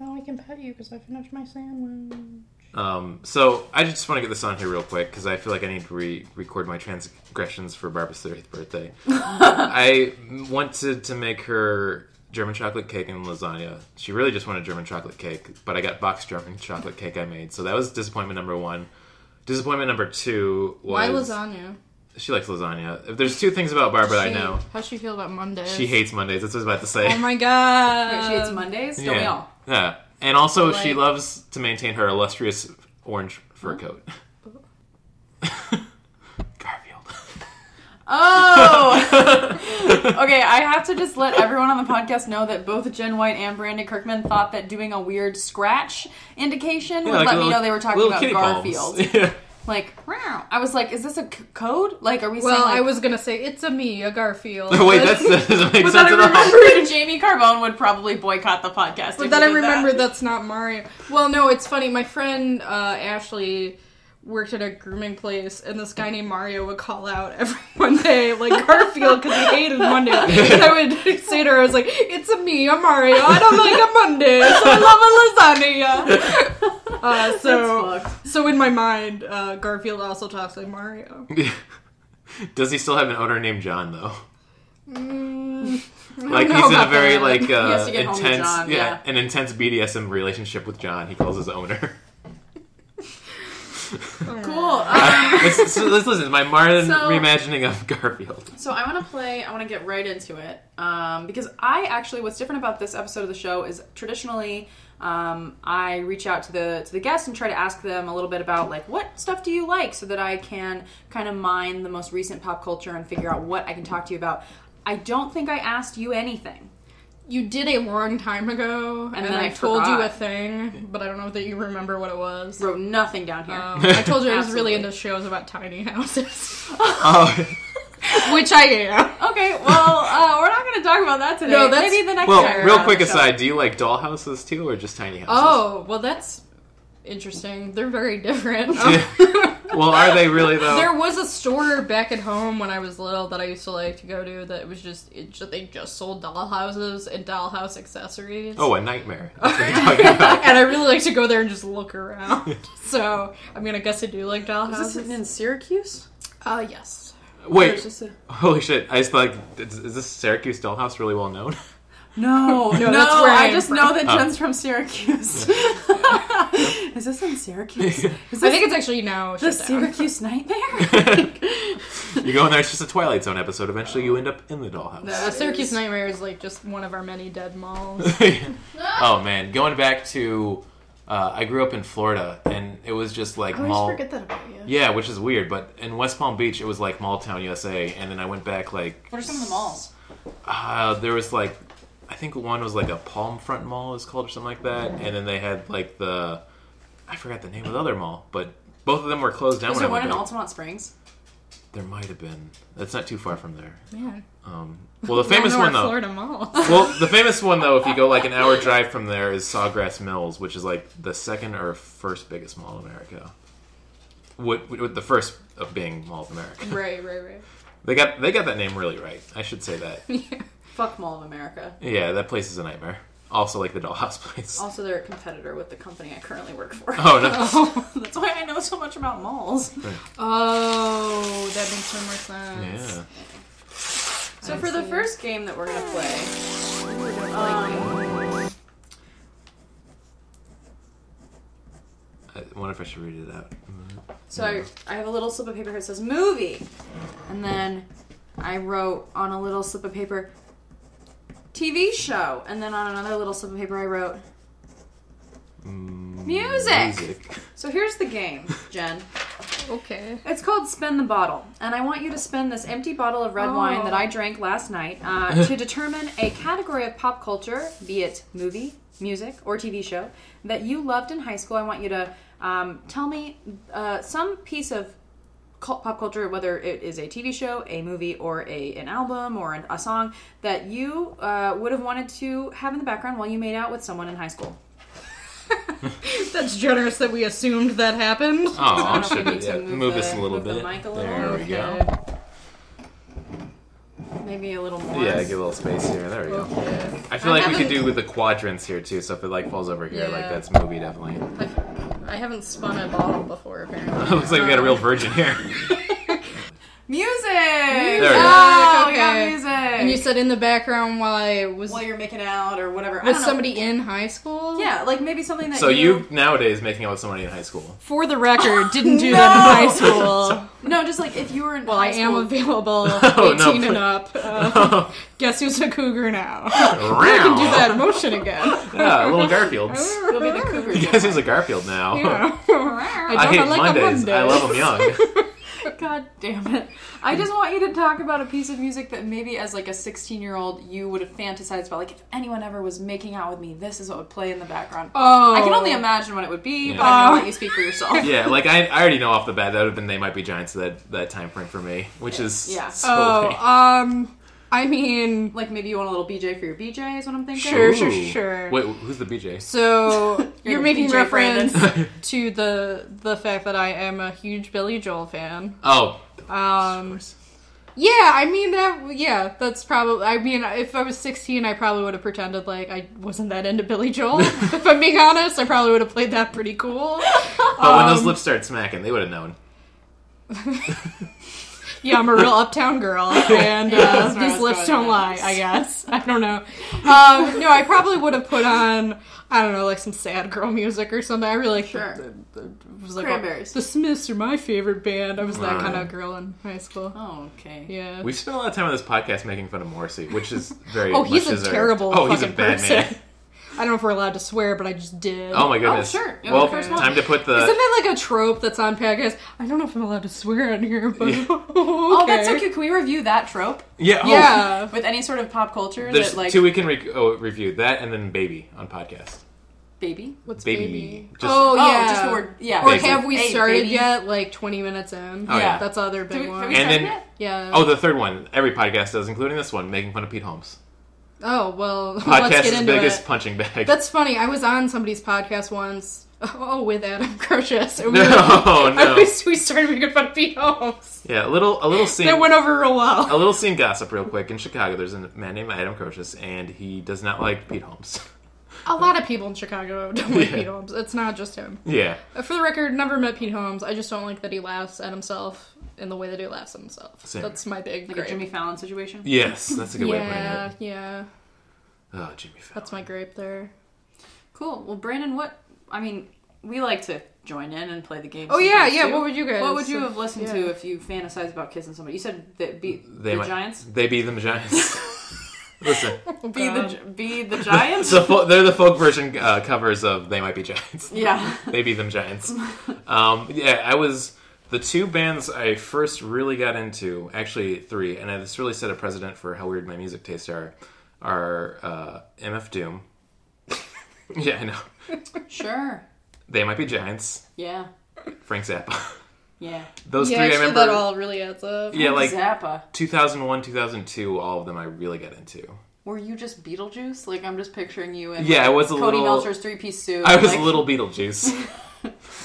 Speaker 6: Now I can pet you because I finished my sandwich.
Speaker 4: Um, so I just want to get this on here real quick because I feel like I need to re-record my transgressions for Barbara's
Speaker 3: [laughs]
Speaker 4: 30th birthday. I wanted to make her German chocolate cake and lasagna. She really just wanted German chocolate cake, but I got boxed German chocolate cake I made. So that was disappointment number one. Disappointment number two was
Speaker 3: Why lasagna?
Speaker 4: she likes lasagna. If there's two things about Barbara that I know,
Speaker 3: How's she feel about Mondays?
Speaker 4: she hates Mondays. That's what I was about to say.
Speaker 3: Oh my god.
Speaker 5: Wait, she hates Mondays. Don't
Speaker 4: [laughs]
Speaker 5: we all?
Speaker 4: Yeah. And also, she
Speaker 3: Like-
Speaker 4: loves to maintain her illustrious orange fur coat. [laughs] Garfield.
Speaker 5: Oh. [laughs] okay, I have to just let everyone on the podcast know that both Jen White and Brandon Kirkman thought that doing a weird scratch indication would
Speaker 4: Yeah, like
Speaker 5: let
Speaker 4: little-
Speaker 5: me know they were talking
Speaker 4: little
Speaker 5: about
Speaker 4: kitty
Speaker 5: Garfield.
Speaker 4: palms. [laughs] Yeah.
Speaker 5: Like, wow. I was like, is this a c- code? Like, are we? saying,
Speaker 3: Well,
Speaker 5: like-
Speaker 3: I
Speaker 5: [laughs]
Speaker 3: was gonna say it's a me, a Garfield.
Speaker 4: [laughs] Wait, that's, that doesn't make
Speaker 5: But then
Speaker 4: sense
Speaker 5: I
Speaker 4: at all.
Speaker 5: remembered Jamie Carbone would probably boycott the podcast.
Speaker 3: But then
Speaker 5: if we
Speaker 3: I
Speaker 5: did that.
Speaker 3: remember that's not Mario. Well, no, it's funny. My friend uh, Ashley worked at a grooming place, and this guy named Mario would call out every [laughs] Monday, like Garfield, because he hated Monday. And I would [laughs] say to her, I was like, "It's a me, a Mario. I don't like a Monday, so I
Speaker 5: [laughs]
Speaker 3: love a lasagna." Uh, so,
Speaker 5: That's fucked.
Speaker 3: so in my mind, uh, Garfield also talks like Mario.
Speaker 4: [laughs] Does he still have an owner named John
Speaker 5: [laughs]
Speaker 4: though?
Speaker 3: Mm. I
Speaker 4: Like
Speaker 3: don't
Speaker 4: he's
Speaker 3: know
Speaker 4: in a
Speaker 3: about
Speaker 4: very
Speaker 3: that.
Speaker 5: [laughs]
Speaker 4: like uh,
Speaker 5: has to get home
Speaker 4: intense,
Speaker 5: to John, yeah.
Speaker 4: an intense BDSM relationship with John. He calls his
Speaker 5: [laughs]
Speaker 4: owner. [laughs]
Speaker 5: Cool. Um,
Speaker 4: let's, so let's listen. to My Martin
Speaker 5: So-
Speaker 4: reimagining of Garfield.
Speaker 5: [laughs] so I want to play. I want to get right into it um, because I actually, what's different about this episode of the show is traditionally um, I reach out to the to the guests and try to ask them a little bit about like what stuff do you like, so that I can kind of mine the most recent pop culture and figure out what I can talk to you about. I don't think I asked you anything.
Speaker 3: You did a long time ago, and,
Speaker 5: then
Speaker 3: I,
Speaker 5: I
Speaker 3: told you a
Speaker 5: forgot.
Speaker 3: thing, but I don't know that you remember what it was.
Speaker 5: Wrote nothing down here.
Speaker 3: Um, I told you I was really
Speaker 5: Absolutely.
Speaker 3: into shows about tiny houses, [laughs]
Speaker 4: Oh,
Speaker 3: which I am.
Speaker 5: Okay, well, uh, we're not going to talk about that today.
Speaker 3: No, that's-
Speaker 5: Maybe the next
Speaker 4: well,
Speaker 5: time we're
Speaker 4: real
Speaker 5: on
Speaker 4: quick
Speaker 5: the show.
Speaker 4: aside. Do you like dollhouses too, or just tiny houses?
Speaker 3: Oh, well, that's interesting. They're very different. [laughs]
Speaker 4: well, are they really though?
Speaker 3: There was a store back at home when I was little that I used to like to go to that was just, it just they just sold dollhouses and dollhouse accessories. [laughs]
Speaker 4: [laughs] Oh, a nightmare. That's what you're talking
Speaker 6: [laughs]
Speaker 4: about.
Speaker 3: And I really like to go there and just look around. [laughs] so, I mean, I guess I do like
Speaker 5: Is this
Speaker 3: dollhouses.
Speaker 5: in Syracuse?
Speaker 3: Uh, yes.
Speaker 5: Or is
Speaker 4: Wait,
Speaker 5: this a-
Speaker 4: holy shit! I just like, is, is this Syracuse dollhouse really well known? [laughs]
Speaker 3: [laughs]
Speaker 5: No, no,
Speaker 3: that's where
Speaker 5: I
Speaker 3: I'm
Speaker 5: just
Speaker 3: from.
Speaker 5: know that Jen's from Syracuse. [laughs] Is this
Speaker 3: [laughs]
Speaker 5: in Syracuse? Is this
Speaker 3: I think it's actually now.
Speaker 5: the
Speaker 3: shut down. [laughs]
Speaker 5: Syracuse nightmare?
Speaker 4: you go in there; it's just a Twilight Zone episode. Eventually, you end up in the dollhouse.
Speaker 3: Uh, Syracuse Nightmare is like just one of our many dead malls.
Speaker 4: [laughs] oh man, going back to, uh, I grew up in Florida, and it was just like mall.
Speaker 3: that about you.
Speaker 4: Yeah, which is weird, but in West Palm Beach, it was like Mall Town USA, and then I went back like
Speaker 6: What are some of the malls?
Speaker 4: Uh, there was like, I think one was like a Palm Front Mall is called or something like that, and then they had like the, I forgot the name of the other mall, but both of them were closed down.
Speaker 5: Was
Speaker 4: when
Speaker 5: there
Speaker 4: I
Speaker 5: one
Speaker 4: went
Speaker 5: in
Speaker 4: back.
Speaker 5: Altamont Springs?
Speaker 4: There might have been. That's not too far from there.
Speaker 3: Man.
Speaker 5: [laughs]
Speaker 4: Um, well, the
Speaker 3: Y'all
Speaker 4: famous
Speaker 3: know
Speaker 4: one
Speaker 3: our
Speaker 4: though.
Speaker 3: Florida malls. [laughs]
Speaker 4: Well, the famous one though, if you go like an hour drive from there, is Sawgrass Mills, which is like the second or first biggest mall in America. With, with the first of being Mall of America,
Speaker 3: right, right, right.
Speaker 4: they got they got that name really right. I should say that.
Speaker 5: [laughs] Fuck Mall of America.
Speaker 4: Yeah, that place is a nightmare. Also, like the dollhouse [laughs] place.
Speaker 5: Also, they're a competitor with the company I currently work for.
Speaker 4: Oh no.
Speaker 5: [laughs] That's why I know so much about malls.
Speaker 3: Oh, that makes so much
Speaker 5: Oh.
Speaker 3: sense.
Speaker 4: Yeah.
Speaker 5: So for the first game that we're gonna play,
Speaker 4: I wonder if I should read it out.
Speaker 5: so I, I have a little slip of paper here that says movie, and then I wrote on a little slip of paper TV show, and then on another little slip of paper I wrote music.
Speaker 4: Music.
Speaker 5: So here's the game, Jen.
Speaker 3: Okay.
Speaker 5: It's called Spin the Bottle, and I want you to spin this empty bottle of red wine that I drank last night uh, to determine a category of pop culture, be it movie, music, or TV show, that you loved in high school. I want you to um, tell me uh, some piece of cult, pop culture, whether it is a TV show, a movie, or a an album or an, a song that you uh, would have wanted to have in the background while you made out with someone in high school.
Speaker 3: That's generous that we assumed that happened.
Speaker 4: Oh,
Speaker 5: I
Speaker 4: I
Speaker 5: don't know
Speaker 4: should
Speaker 5: if we need
Speaker 4: have,
Speaker 5: to
Speaker 4: yeah,
Speaker 5: move
Speaker 4: move,
Speaker 5: the-
Speaker 4: this a little
Speaker 5: move the
Speaker 4: bit.
Speaker 5: mic a little.
Speaker 4: There we go.
Speaker 5: Maybe a little more.
Speaker 4: Yeah, give a little space here. There we go.
Speaker 3: Okay.
Speaker 4: I feel
Speaker 3: I
Speaker 4: like we could
Speaker 3: haven't-
Speaker 4: do with the quadrants here too. So if it like falls over here, like
Speaker 3: Yeah.
Speaker 4: that's movie definitely. [laughs]
Speaker 3: I've- I haven't spun a bottle before, apparently.
Speaker 5: [laughs]
Speaker 4: Looks like we got a real virgin here.
Speaker 5: Music.
Speaker 4: we go.
Speaker 5: Oh, we got
Speaker 3: Okay.
Speaker 5: music.
Speaker 3: And you said in the background while I was
Speaker 5: while you're making out or whatever. I
Speaker 3: was
Speaker 5: don't know.
Speaker 3: somebody in high school.
Speaker 5: Yeah, like maybe something that.
Speaker 4: so you nowadays making out with somebody in high
Speaker 5: [laughs]
Speaker 4: school?
Speaker 3: For the record, didn't do that in high
Speaker 4: [laughs]
Speaker 3: school.
Speaker 5: No, just like if you were in.
Speaker 3: Well,
Speaker 5: high
Speaker 3: I am
Speaker 5: school-
Speaker 3: available,
Speaker 4: Oh, no,
Speaker 3: 18
Speaker 4: please.
Speaker 3: and
Speaker 4: [laughs]
Speaker 3: up. Uh, [laughs] guess who's a cougar now? [laughs] I can do that emotion again.
Speaker 4: Yeah, little
Speaker 5: [laughs]
Speaker 4: Garfields.
Speaker 3: [laughs]
Speaker 5: You'll be the cougar.
Speaker 4: You guys use a Garfield now.
Speaker 3: Yeah. [laughs] I don't.
Speaker 4: [laughs] I
Speaker 3: I,
Speaker 4: hate
Speaker 3: like
Speaker 4: Mondays.
Speaker 3: a Monday.
Speaker 4: I love them
Speaker 5: [laughs]
Speaker 4: young.
Speaker 5: God damn it! I just want you to talk about a piece of music that maybe as like a 16 year old you would have fantasized about. Like if anyone ever was making out with me, this is what would play in the background.
Speaker 3: Oh,
Speaker 5: I can only imagine what it would be,
Speaker 4: Yeah.
Speaker 5: but I'm
Speaker 3: Oh.
Speaker 5: gonna let you speak for
Speaker 4: [laughs]
Speaker 5: yourself.
Speaker 4: yeah, like I, I already know off the bat that would have been they might be giants that that time frame for me, which is
Speaker 5: Yeah.
Speaker 4: so lame.
Speaker 3: Oh, um, I mean,
Speaker 5: Like maybe you want a little BJ for your BJ is what I'm thinking.
Speaker 3: Sure.
Speaker 4: Ooh.
Speaker 3: sure.
Speaker 4: Wait, who's the BJ?
Speaker 3: so [laughs] you're,
Speaker 5: You're
Speaker 3: making
Speaker 5: BJ
Speaker 3: reference
Speaker 4: Brandon.
Speaker 3: [laughs] to the the fact that I am a huge Billy Joel fan.
Speaker 4: Oh,
Speaker 3: Um, yeah, I mean that. Yeah, that's probably. I mean, if I was 16, I probably would have pretended like I wasn't that into Billy
Speaker 4: [laughs]
Speaker 3: Joel. if I'm being honest, I probably would have played that pretty cool.
Speaker 4: but when
Speaker 3: Um,
Speaker 4: those lips start smacking, they would have known.
Speaker 3: Yeah, I'm a real uptown girl,
Speaker 5: [laughs]
Speaker 3: and uh,
Speaker 5: where I
Speaker 3: these
Speaker 5: was
Speaker 3: lips
Speaker 5: going
Speaker 3: don't lie. I guess [laughs] I don't know. Um, no, I probably would have put on I don't know, like some sad girl music or something. I really like,
Speaker 5: Sure.
Speaker 3: the, the, the, was like
Speaker 5: Cranberries.
Speaker 3: The Smiths are my favorite band. I was that
Speaker 4: Right.
Speaker 3: kind of girl in high school.
Speaker 5: Oh, okay.
Speaker 3: Yeah.
Speaker 4: We've spent a lot of time on this podcast making fun of Morrissey, which is
Speaker 3: [laughs]
Speaker 4: very.
Speaker 3: Oh, he's
Speaker 4: much
Speaker 3: a
Speaker 4: deserved.
Speaker 3: terrible
Speaker 4: Oh, he's a
Speaker 3: fucking
Speaker 4: bad man.
Speaker 3: person. [laughs] I don't know if we're allowed to swear, but I just did.
Speaker 4: [laughs] Oh my goodness.
Speaker 5: sure. You're the
Speaker 4: Well,
Speaker 5: first one.
Speaker 4: time to put
Speaker 3: Isn't
Speaker 4: the.
Speaker 3: that like a trope that's on podcasts? I don't know if I'm allowed to swear on here, but [laughs]
Speaker 4: Yeah.
Speaker 5: Oh, that's so cute. Can we review that trope
Speaker 4: Yeah. oh,
Speaker 3: Yeah.
Speaker 5: with any sort of pop culture
Speaker 4: There's
Speaker 5: that like
Speaker 4: two we can re- oh, review that and then baby on podcast.
Speaker 5: baby?
Speaker 3: What's
Speaker 4: Baby.
Speaker 3: baby?
Speaker 4: Just-
Speaker 3: oh,
Speaker 5: Oh,
Speaker 3: yeah.
Speaker 5: just the word. Yeah.
Speaker 3: Or
Speaker 4: Baby.
Speaker 3: have we
Speaker 5: Hey,
Speaker 3: started
Speaker 5: baby.
Speaker 3: yet? Like 20 minutes in.
Speaker 4: Oh, yeah.
Speaker 3: That's the other
Speaker 5: Have
Speaker 3: big
Speaker 5: we, have
Speaker 3: one.
Speaker 5: we
Speaker 4: And
Speaker 5: started
Speaker 4: then-
Speaker 5: yet?
Speaker 3: yeah.
Speaker 4: Oh, the third one. Every podcast does, including this one, making fun of Pete Holmes.
Speaker 3: Oh, well, [laughs] let's get
Speaker 4: Podcast's
Speaker 3: into
Speaker 4: biggest
Speaker 3: it.
Speaker 4: punching bag.
Speaker 3: That's funny. I was on somebody's podcast once. [laughs] Oh, with Adam [laughs] Crocius. And we
Speaker 4: [laughs] no,
Speaker 3: were like- I
Speaker 4: no.
Speaker 3: wish we started making fun of Pete Holmes.
Speaker 4: Yeah, a little, a little scene.
Speaker 3: That went over real well.
Speaker 4: [laughs] a little scene gossip, real quick. In Chicago, there's a man named Adam Crochus, and he does not like Pete Holmes. [laughs]
Speaker 3: A lot of people in Chicago [laughs] don't like
Speaker 4: Yeah.
Speaker 3: Pete Holmes. It's not just him. Uh,
Speaker 4: yeah,
Speaker 3: For the record, never met Pete Holmes. I just don't like that he laughs at himself in the way that he laughs at himself.
Speaker 4: Same.
Speaker 3: That's my big
Speaker 5: Like
Speaker 3: gripe.
Speaker 5: a Jimmy Fallon situation.
Speaker 4: yes, that's a good way
Speaker 3: yeah,
Speaker 4: of
Speaker 3: yeah.
Speaker 4: putting it. Oh, Jimmy Fallon.
Speaker 3: That's my gripe there.
Speaker 5: Cool. Well, Brandon, what I mean, we like to join in and play the game.
Speaker 3: Oh yeah,
Speaker 5: sometimes,
Speaker 3: yeah.
Speaker 5: too.
Speaker 3: What would you guys?
Speaker 5: What would you have listened
Speaker 3: yeah.
Speaker 5: to if you fantasized about kissing somebody? You said that be
Speaker 4: They
Speaker 5: the
Speaker 4: might-
Speaker 5: giants.
Speaker 4: They be
Speaker 3: [laughs]
Speaker 4: them giants. Listen,
Speaker 5: Be the
Speaker 3: God.
Speaker 5: Gi-
Speaker 4: [laughs]
Speaker 5: be the giants.
Speaker 4: the fol- they're the folk version uh, covers of "They Might Be Giants."
Speaker 5: yeah.
Speaker 4: they be them
Speaker 3: [laughs]
Speaker 4: giants. Um, yeah, I was the two bands I first really got into, actually three, and this really set a precedent for how weird my music tastes are. Are uh, MF Doom? [laughs] yeah, I know.
Speaker 5: Sure.
Speaker 4: They might be giants.
Speaker 5: Yeah.
Speaker 4: Frank Zappa.
Speaker 5: Yeah.
Speaker 4: [laughs] Those
Speaker 3: Yeah,
Speaker 4: three
Speaker 3: actually,
Speaker 4: I remember.
Speaker 3: that all really adds up.
Speaker 4: yeah, like
Speaker 5: Zappa.
Speaker 4: 2001, 2002. All of them I really got into.
Speaker 5: Were you just Beetlejuice? Like I'm just picturing you in
Speaker 4: Yeah, I
Speaker 5: like,
Speaker 4: was a
Speaker 5: Cody
Speaker 4: little-
Speaker 5: Melcher's three piece suit.
Speaker 4: I was
Speaker 5: like,
Speaker 4: a little Beetlejuice.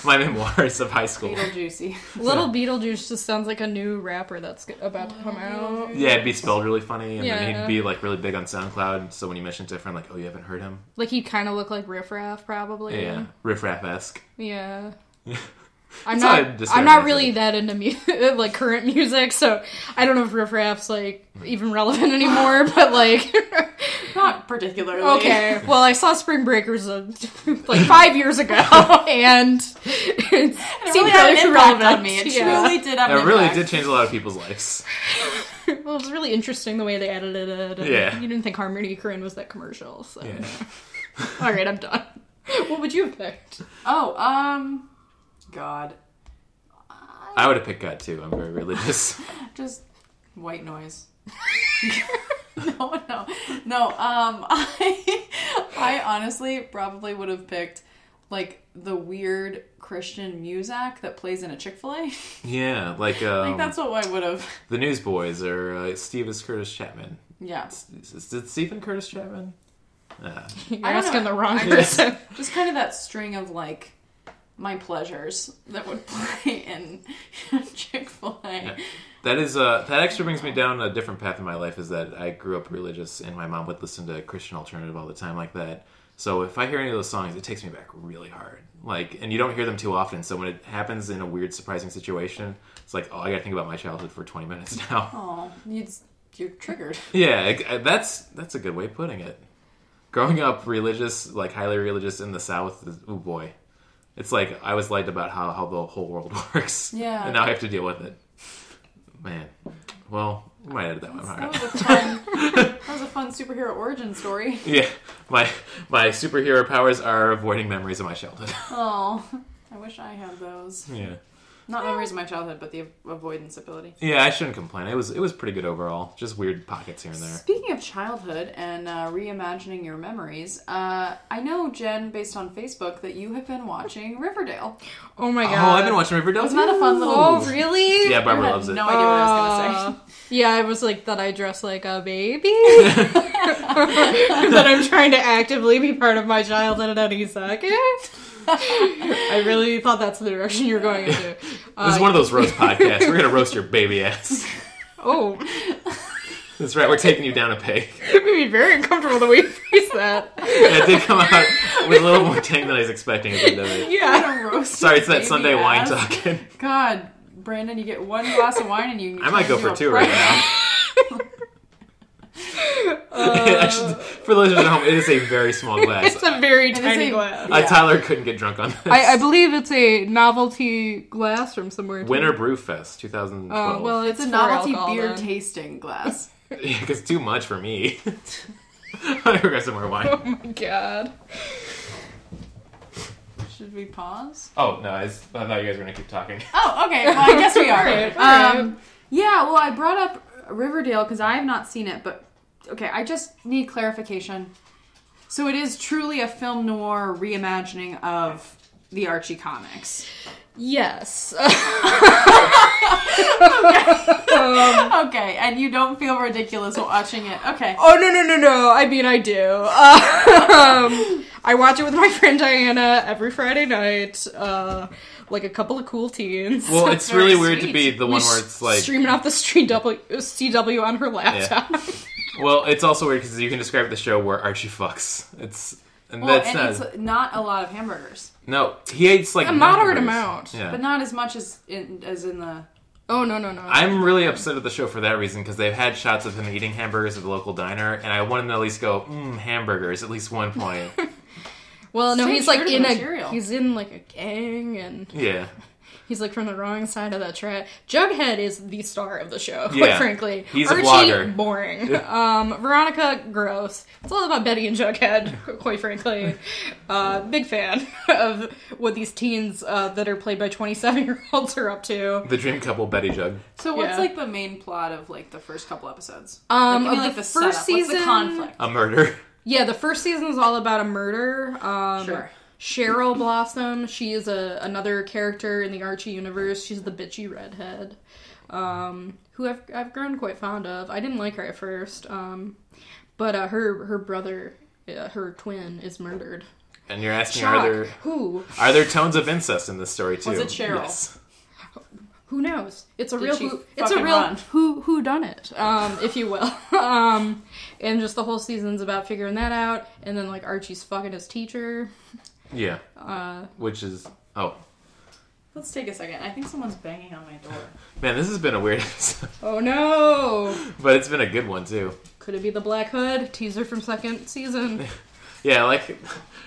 Speaker 4: my memoirs of high school.
Speaker 5: [laughs] Beetlejuicy.
Speaker 4: [laughs]
Speaker 3: Little Beetlejuice just sounds like a new rapper that's g- about to come out.
Speaker 4: Yeah, it'd be spelled really funny, and then
Speaker 3: Yeah.
Speaker 4: he'd be like really big on SoundCloud. So when you mentioned different, like, oh, you haven't heard him?
Speaker 3: Like he kind of looked like Riff Raff, probably.
Speaker 4: Yeah, riff raff esque. [laughs]
Speaker 3: Yeah. I'm
Speaker 4: That's how I'd
Speaker 3: not.
Speaker 4: describe
Speaker 3: I'm not
Speaker 4: myself.
Speaker 3: really that into mu- [laughs] like current music, so I don't know if Riff Raff's like even relevant anymore. [laughs] But like,
Speaker 5: Not
Speaker 4: [laughs]
Speaker 5: particularly. [laughs]
Speaker 3: okay, well, I saw Spring Breakers uh, [laughs] like five years ago, [laughs] and it seemed
Speaker 5: It really had
Speaker 3: really
Speaker 5: an impact
Speaker 3: irrelevant
Speaker 5: on me. It
Speaker 3: yeah.
Speaker 5: truly did have an
Speaker 4: It really
Speaker 5: impact.
Speaker 4: did change a lot of people's lives.
Speaker 3: Well, it was really interesting the way they edited it. and
Speaker 4: Yeah.
Speaker 3: you didn't think Harmony Korine was that commercial, so
Speaker 4: Yeah.
Speaker 3: [laughs] all right, I'm done. What would you have picked?
Speaker 5: Oh, um, God. I
Speaker 4: I would have picked God too. I'm very religious. [laughs]
Speaker 5: just white noise. [laughs] no, no, no. Um, [laughs] I, I honestly probably would have picked like the weird Christian music that plays in a Chick Fil A. [laughs] Like
Speaker 4: yeah, like, um,
Speaker 5: that's what I would have.
Speaker 4: the Newsboys or uh, Steve is Curtis Chapman.
Speaker 5: Yeah,
Speaker 4: Is, is it Stephen Curtis Chapman? Uh,
Speaker 3: You're
Speaker 5: I don't
Speaker 3: asking
Speaker 5: know.
Speaker 3: the wrong
Speaker 5: I just-
Speaker 3: person.
Speaker 5: just kind of that string of like my pleasures that would [laughs] play in Chick Fil A.
Speaker 4: that is uh, that actually brings me down a different path in my life. Is that I grew up religious, and my mom would listen to Christian alternative all the time, like that. So if I hear any of those songs, it takes me back really hard. Like, and you don't hear them too often. So when it happens in a weird, surprising situation, it's like, oh, I got to think about my childhood for 20 minutes [laughs] now.
Speaker 5: Oh, you'd, you're triggered.
Speaker 4: Yeah, I- I- that's that's a good way of putting it. Growing up religious, like highly religious in the South, is, oh boy, it's like I was lied about how how the whole world [laughs] works.
Speaker 5: Yeah.
Speaker 4: and now I have to deal with it. Man, well, we might edit that one. All right.
Speaker 5: That
Speaker 4: [laughs]
Speaker 5: was a fun. that was a fun superhero origin story.
Speaker 4: Yeah, my my superhero powers are avoiding memories of my childhood. [laughs]
Speaker 5: Oh, I wish I had those.
Speaker 4: yeah,
Speaker 5: Not memories of my childhood, but the avoidance ability.
Speaker 4: yeah, I shouldn't complain. It was it was pretty good overall. Just weird pockets here and there.
Speaker 5: Speaking of childhood and uh, reimagining your memories, uh, I know Jen, based on Facebook, that you have been watching Riverdale.
Speaker 3: Oh my
Speaker 4: Oh,
Speaker 3: god.
Speaker 4: I've been watching Riverdale.
Speaker 5: Wasn't that a fun little?
Speaker 3: Oh, really?
Speaker 4: Yeah,
Speaker 5: I
Speaker 4: Barbara
Speaker 5: had
Speaker 4: loves it.
Speaker 5: No idea what I was gonna [laughs] say.
Speaker 3: Uh, yeah, I was like that I dress like a [laughs] baby. that I'm trying to actively be part of my childhood at any second. I really thought that's the direction you're going into.
Speaker 4: this is one of those roast podcasts. We're gonna roast your baby ass.
Speaker 3: Oh,
Speaker 4: That's right. We're taking you down a peg.
Speaker 3: it made me very uncomfortable the way you phrased that.
Speaker 4: Yeah, it did come out with a little more tang than I was expecting at the end of it.
Speaker 3: Yeah.
Speaker 5: What a
Speaker 4: [laughs]
Speaker 5: roast
Speaker 4: Sorry, it's that
Speaker 5: baby
Speaker 4: Sunday wine
Speaker 5: ass.
Speaker 4: talking.
Speaker 5: God, Brandon, you get one glass of wine and you.
Speaker 4: I might go
Speaker 5: do
Speaker 4: for
Speaker 5: a
Speaker 4: two right
Speaker 5: prep.
Speaker 4: now.
Speaker 3: [laughs]
Speaker 4: [laughs] I should- for the listeners at home, it is a
Speaker 3: [laughs]
Speaker 4: very small glass.
Speaker 3: It's a very
Speaker 5: is
Speaker 3: tiny
Speaker 5: a-
Speaker 3: glass.
Speaker 4: Uh, Tyler couldn't get drunk on this.
Speaker 3: I, I believe it's a novelty glass from somewhere. too.
Speaker 4: Winter Brew Fest
Speaker 3: Oh,
Speaker 4: 2012.
Speaker 3: well,
Speaker 5: It's
Speaker 3: it's,
Speaker 5: a
Speaker 3: for
Speaker 5: novelty
Speaker 3: alcohol,
Speaker 5: beer
Speaker 3: then.
Speaker 5: tasting glass.
Speaker 4: [laughs] because too much for me. [laughs] I'm gonna grab some more wine.
Speaker 3: [laughs] Oh my god.
Speaker 5: Should we pause?
Speaker 4: Oh no, I, s- I thought you guys were gonna keep talking. [laughs]
Speaker 5: Oh, okay. Well, I guess [laughs] we are.
Speaker 3: Alright,
Speaker 5: um,
Speaker 3: alright.
Speaker 5: Yeah, well, I brought up Riverdale because I have not seen it, but okay, I just need clarification. So it is truly a film noir reimagining of the Archie [laughs] comics.
Speaker 3: Yes. [laughs]
Speaker 5: Okay, and you don't feel ridiculous watching it. Okay.
Speaker 3: Oh no no no no! I mean I do. Um, I watch it with my [laughs] friend Diana every Friday night, uh, like a couple of cool teens. [laughs]
Speaker 4: Well, it's
Speaker 5: very
Speaker 4: really weird to
Speaker 5: sweet.
Speaker 4: be the
Speaker 3: We
Speaker 4: one where
Speaker 3: s-
Speaker 4: it's like
Speaker 3: streaming off the street w- CW on her laptop. [laughs]
Speaker 4: Well, it's also weird because you can describe the show where Archie fucks. It's and
Speaker 5: Well,
Speaker 4: that's
Speaker 5: and
Speaker 4: not
Speaker 5: it's not a lot of hamburgers,
Speaker 4: no. He eats like
Speaker 3: A moderate
Speaker 4: numbers.
Speaker 3: amount,
Speaker 4: Yeah,
Speaker 5: but not as much as in, as in the.
Speaker 3: Oh no no no!
Speaker 4: I'm really upset at the show for that reason because they've had shots of him eating hamburgers at the local diner, and I wanted him to at least go mm, hamburgers at least one
Speaker 5: [laughs]
Speaker 4: point.
Speaker 3: well, no,
Speaker 5: Same
Speaker 3: he's like
Speaker 5: shredded
Speaker 3: in
Speaker 5: material.
Speaker 3: a he's in like a gang, and
Speaker 4: yeah,
Speaker 3: he's like from the wrong side of that track. Jughead is the star of the show,
Speaker 4: Yeah.
Speaker 3: quite frankly.
Speaker 4: He's a
Speaker 3: Archie,
Speaker 4: blogger. [laughs]
Speaker 3: boring. Um, Veronica, gross. It's all about Betty and Jughead, [laughs] quite frankly. Uh, big fan [laughs] of what these teens uh, that are played by twenty-seven-year-olds are up to.
Speaker 4: the dream couple Betty Jug.
Speaker 5: So what's
Speaker 3: Yeah.
Speaker 5: like the main plot of like the first couple episodes?
Speaker 3: Um,
Speaker 5: like, give me,
Speaker 3: of
Speaker 5: like
Speaker 3: the
Speaker 5: setup.
Speaker 3: first
Speaker 5: What's the
Speaker 3: season-
Speaker 5: conflict?
Speaker 4: A murder.
Speaker 3: Yeah, the first season is all about a murder. Um,
Speaker 5: Sure.
Speaker 3: Cheryl Blossom, she is a another character in the Archie universe. She's the bitchy redhead, um, who I've I've grown quite fond of. I didn't like her at first, um, but uh, her her brother, uh, her twin, is murdered.
Speaker 4: And you're asking
Speaker 3: Shock.
Speaker 4: are there
Speaker 3: Who?
Speaker 4: are there tones of incest in this story too?
Speaker 5: Was it Cheryl?
Speaker 3: Who knows? It's a real
Speaker 5: she
Speaker 3: who, it's a
Speaker 5: fucking
Speaker 3: real
Speaker 5: run?
Speaker 3: who who done it, um, if you will. [laughs] um, and just the whole season's about figuring that out. And then like Archie's fucking his teacher.
Speaker 4: Yeah.
Speaker 5: Uh.
Speaker 4: Which is oh
Speaker 5: Let's take a second. I think someone's banging on my door.
Speaker 4: man, this has been a weird [laughs] episode,
Speaker 3: Oh no!
Speaker 4: but it's been a good one too.
Speaker 3: Could it be the Black Hood teaser from second season? [laughs]
Speaker 4: Yeah, like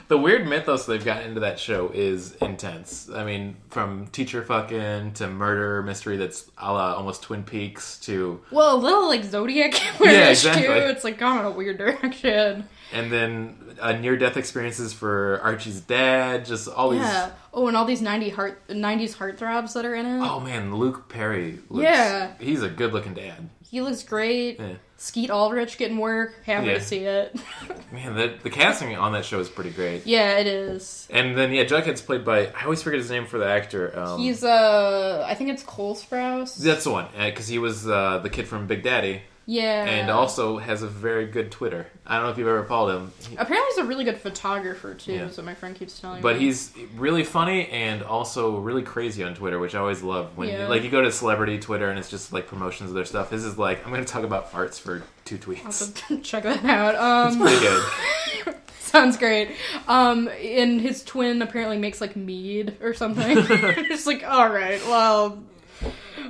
Speaker 4: the weird mythos they've gotten into that show is intense. I mean, from teacher fucking to murder mystery that's a la almost Twin Peaks to,
Speaker 3: Well, a little like Zodiac killer
Speaker 4: Yeah,
Speaker 3: yeah,
Speaker 4: exactly.
Speaker 3: too. It's like gone in a weird [laughs] direction.
Speaker 4: and then uh, near death experiences for Archie's dad. Just all these.
Speaker 3: Yeah, Oh, and all these 90 heart, 90s heartthrobs that are in it.
Speaker 4: Oh man, Luke Perry. Looks,
Speaker 3: Yeah.
Speaker 4: he's a good-looking dad.
Speaker 3: He looks great.
Speaker 4: Yeah.
Speaker 3: Skeet Ulrich getting work. Happy
Speaker 4: Yeah.
Speaker 3: to see it. [laughs]
Speaker 4: Man, the the casting on that show is pretty great.
Speaker 3: yeah, it is.
Speaker 4: And then yeah, Jughead's played by I always forget his name for the actor. Um,
Speaker 3: He's uh, I think it's Cole Sprouse.
Speaker 4: that's the one because he was uh, the kid from Big Daddy,
Speaker 3: Yeah.
Speaker 4: and also has a very good Twitter. I don't know if you've ever followed him, He-
Speaker 3: apparently he's a really good photographer too.
Speaker 4: Yeah.
Speaker 3: Is what my friend keeps telling me.
Speaker 4: but he's really funny and also really crazy on Twitter, which I always love. When
Speaker 3: Yeah.
Speaker 4: like you go to celebrity Twitter and it's just like promotions of their stuff. His is like I'm going to talk about farts for two tweets.
Speaker 3: So [laughs] check that out. Um,
Speaker 4: [laughs] Pretty good.
Speaker 3: [laughs] sounds great. Um, and his twin apparently makes like mead or
Speaker 4: [laughs]
Speaker 3: something. [laughs] It's like, all right, well,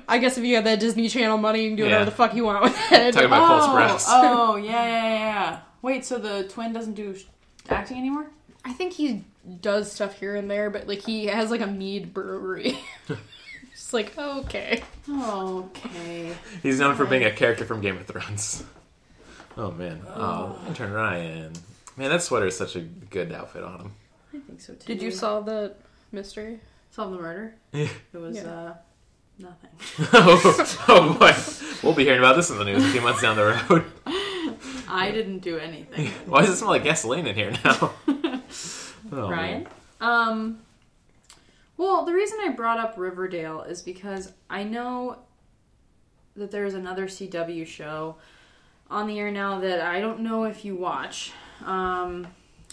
Speaker 3: I guess if you have that Disney Channel money, you can do whatever
Speaker 4: Yeah.
Speaker 3: the fuck you want with it.
Speaker 4: Talking about Cole Sprouse.
Speaker 5: Oh, yeah, yeah, yeah. Wait, so the twin doesn't do sh- acting anymore?
Speaker 3: I think he does stuff here and there, but like he has like a mead brewery.
Speaker 4: [laughs]
Speaker 3: It's like okay,
Speaker 5: Okay.
Speaker 4: He's known for being a character from Game of Thrones. Oh man. Oh, intern Ryan. Man, that sweater is such a good outfit on him. [laughs]
Speaker 5: I think so too.
Speaker 3: did you solve that mystery?
Speaker 5: solve the murder? It was
Speaker 3: Yeah.
Speaker 5: uh nothing.
Speaker 4: oh, oh, boy. We'll be hearing about this in the news a few months down the road. [laughs]
Speaker 5: I didn't do anything.
Speaker 4: Why does it smell like gasoline in here now? [laughs] Oh,
Speaker 5: Ryan?
Speaker 4: man.
Speaker 5: Um Well, the reason I brought up Riverdale is because I know that there's another CW show on the air now that I don't know if you watch. Um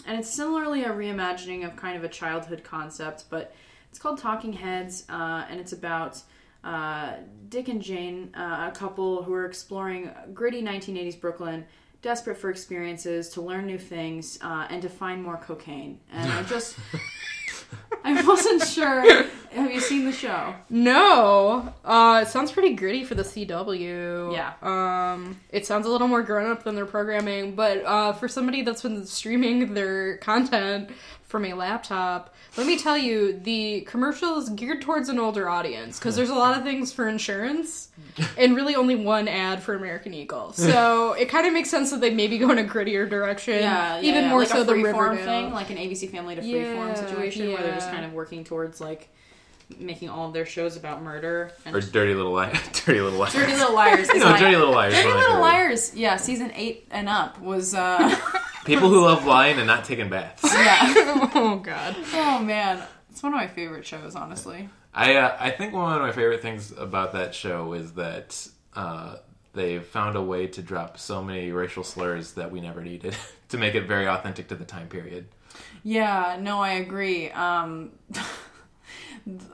Speaker 5: and it's similarly a reimagining of kind of a childhood concept, but it's called Talking Heads, uh, and it's about uh, Dick and Jane, uh, a couple who are exploring gritty 1980s Brooklyn, desperate for experiences to learn new things uh, and to find more cocaine. And I just,
Speaker 4: [laughs]
Speaker 5: I wasn't sure. Have you seen the show?
Speaker 3: No. Uh, it sounds pretty gritty for the CW.
Speaker 5: Yeah.
Speaker 3: Um, it sounds a little more grown up than their programming, but uh, for somebody that's been streaming their content from a laptop, let me tell you, the commercial is geared towards an older audience because there's a lot of things for
Speaker 5: [laughs]
Speaker 3: insurance and really only one ad for American Eagle.
Speaker 5: [laughs]
Speaker 3: So it kind of makes sense that they maybe go in a grittier direction. even more
Speaker 5: like
Speaker 3: so
Speaker 5: a
Speaker 3: the
Speaker 5: freeform
Speaker 3: Riverdale.
Speaker 5: thing, like an ABC Family to freeform
Speaker 3: Yeah,
Speaker 5: situation where they're just
Speaker 3: yeah.
Speaker 5: kind of working towards like making all of their shows about murder and
Speaker 4: Or Dirty Little Liars. [laughs] Dirty Little Liars.
Speaker 5: Dirty Little Liars. Is
Speaker 4: [laughs] no,
Speaker 5: my-
Speaker 4: Dirty Little Liars. is
Speaker 5: Dirty
Speaker 4: what I
Speaker 5: Little
Speaker 4: heard.
Speaker 5: Liars, yeah, season eight and up was uh
Speaker 4: [laughs] People who love lying and not taking baths.
Speaker 5: yeah.
Speaker 3: [laughs] oh god.
Speaker 5: Oh man. It's one of my favorite shows, honestly.
Speaker 4: I uh, I think one of my favorite things about that show is that uh, they found a way to drop so many racial slurs that we never needed [laughs] to make it very authentic to the time period.
Speaker 5: Yeah, no, I agree. Um [laughs]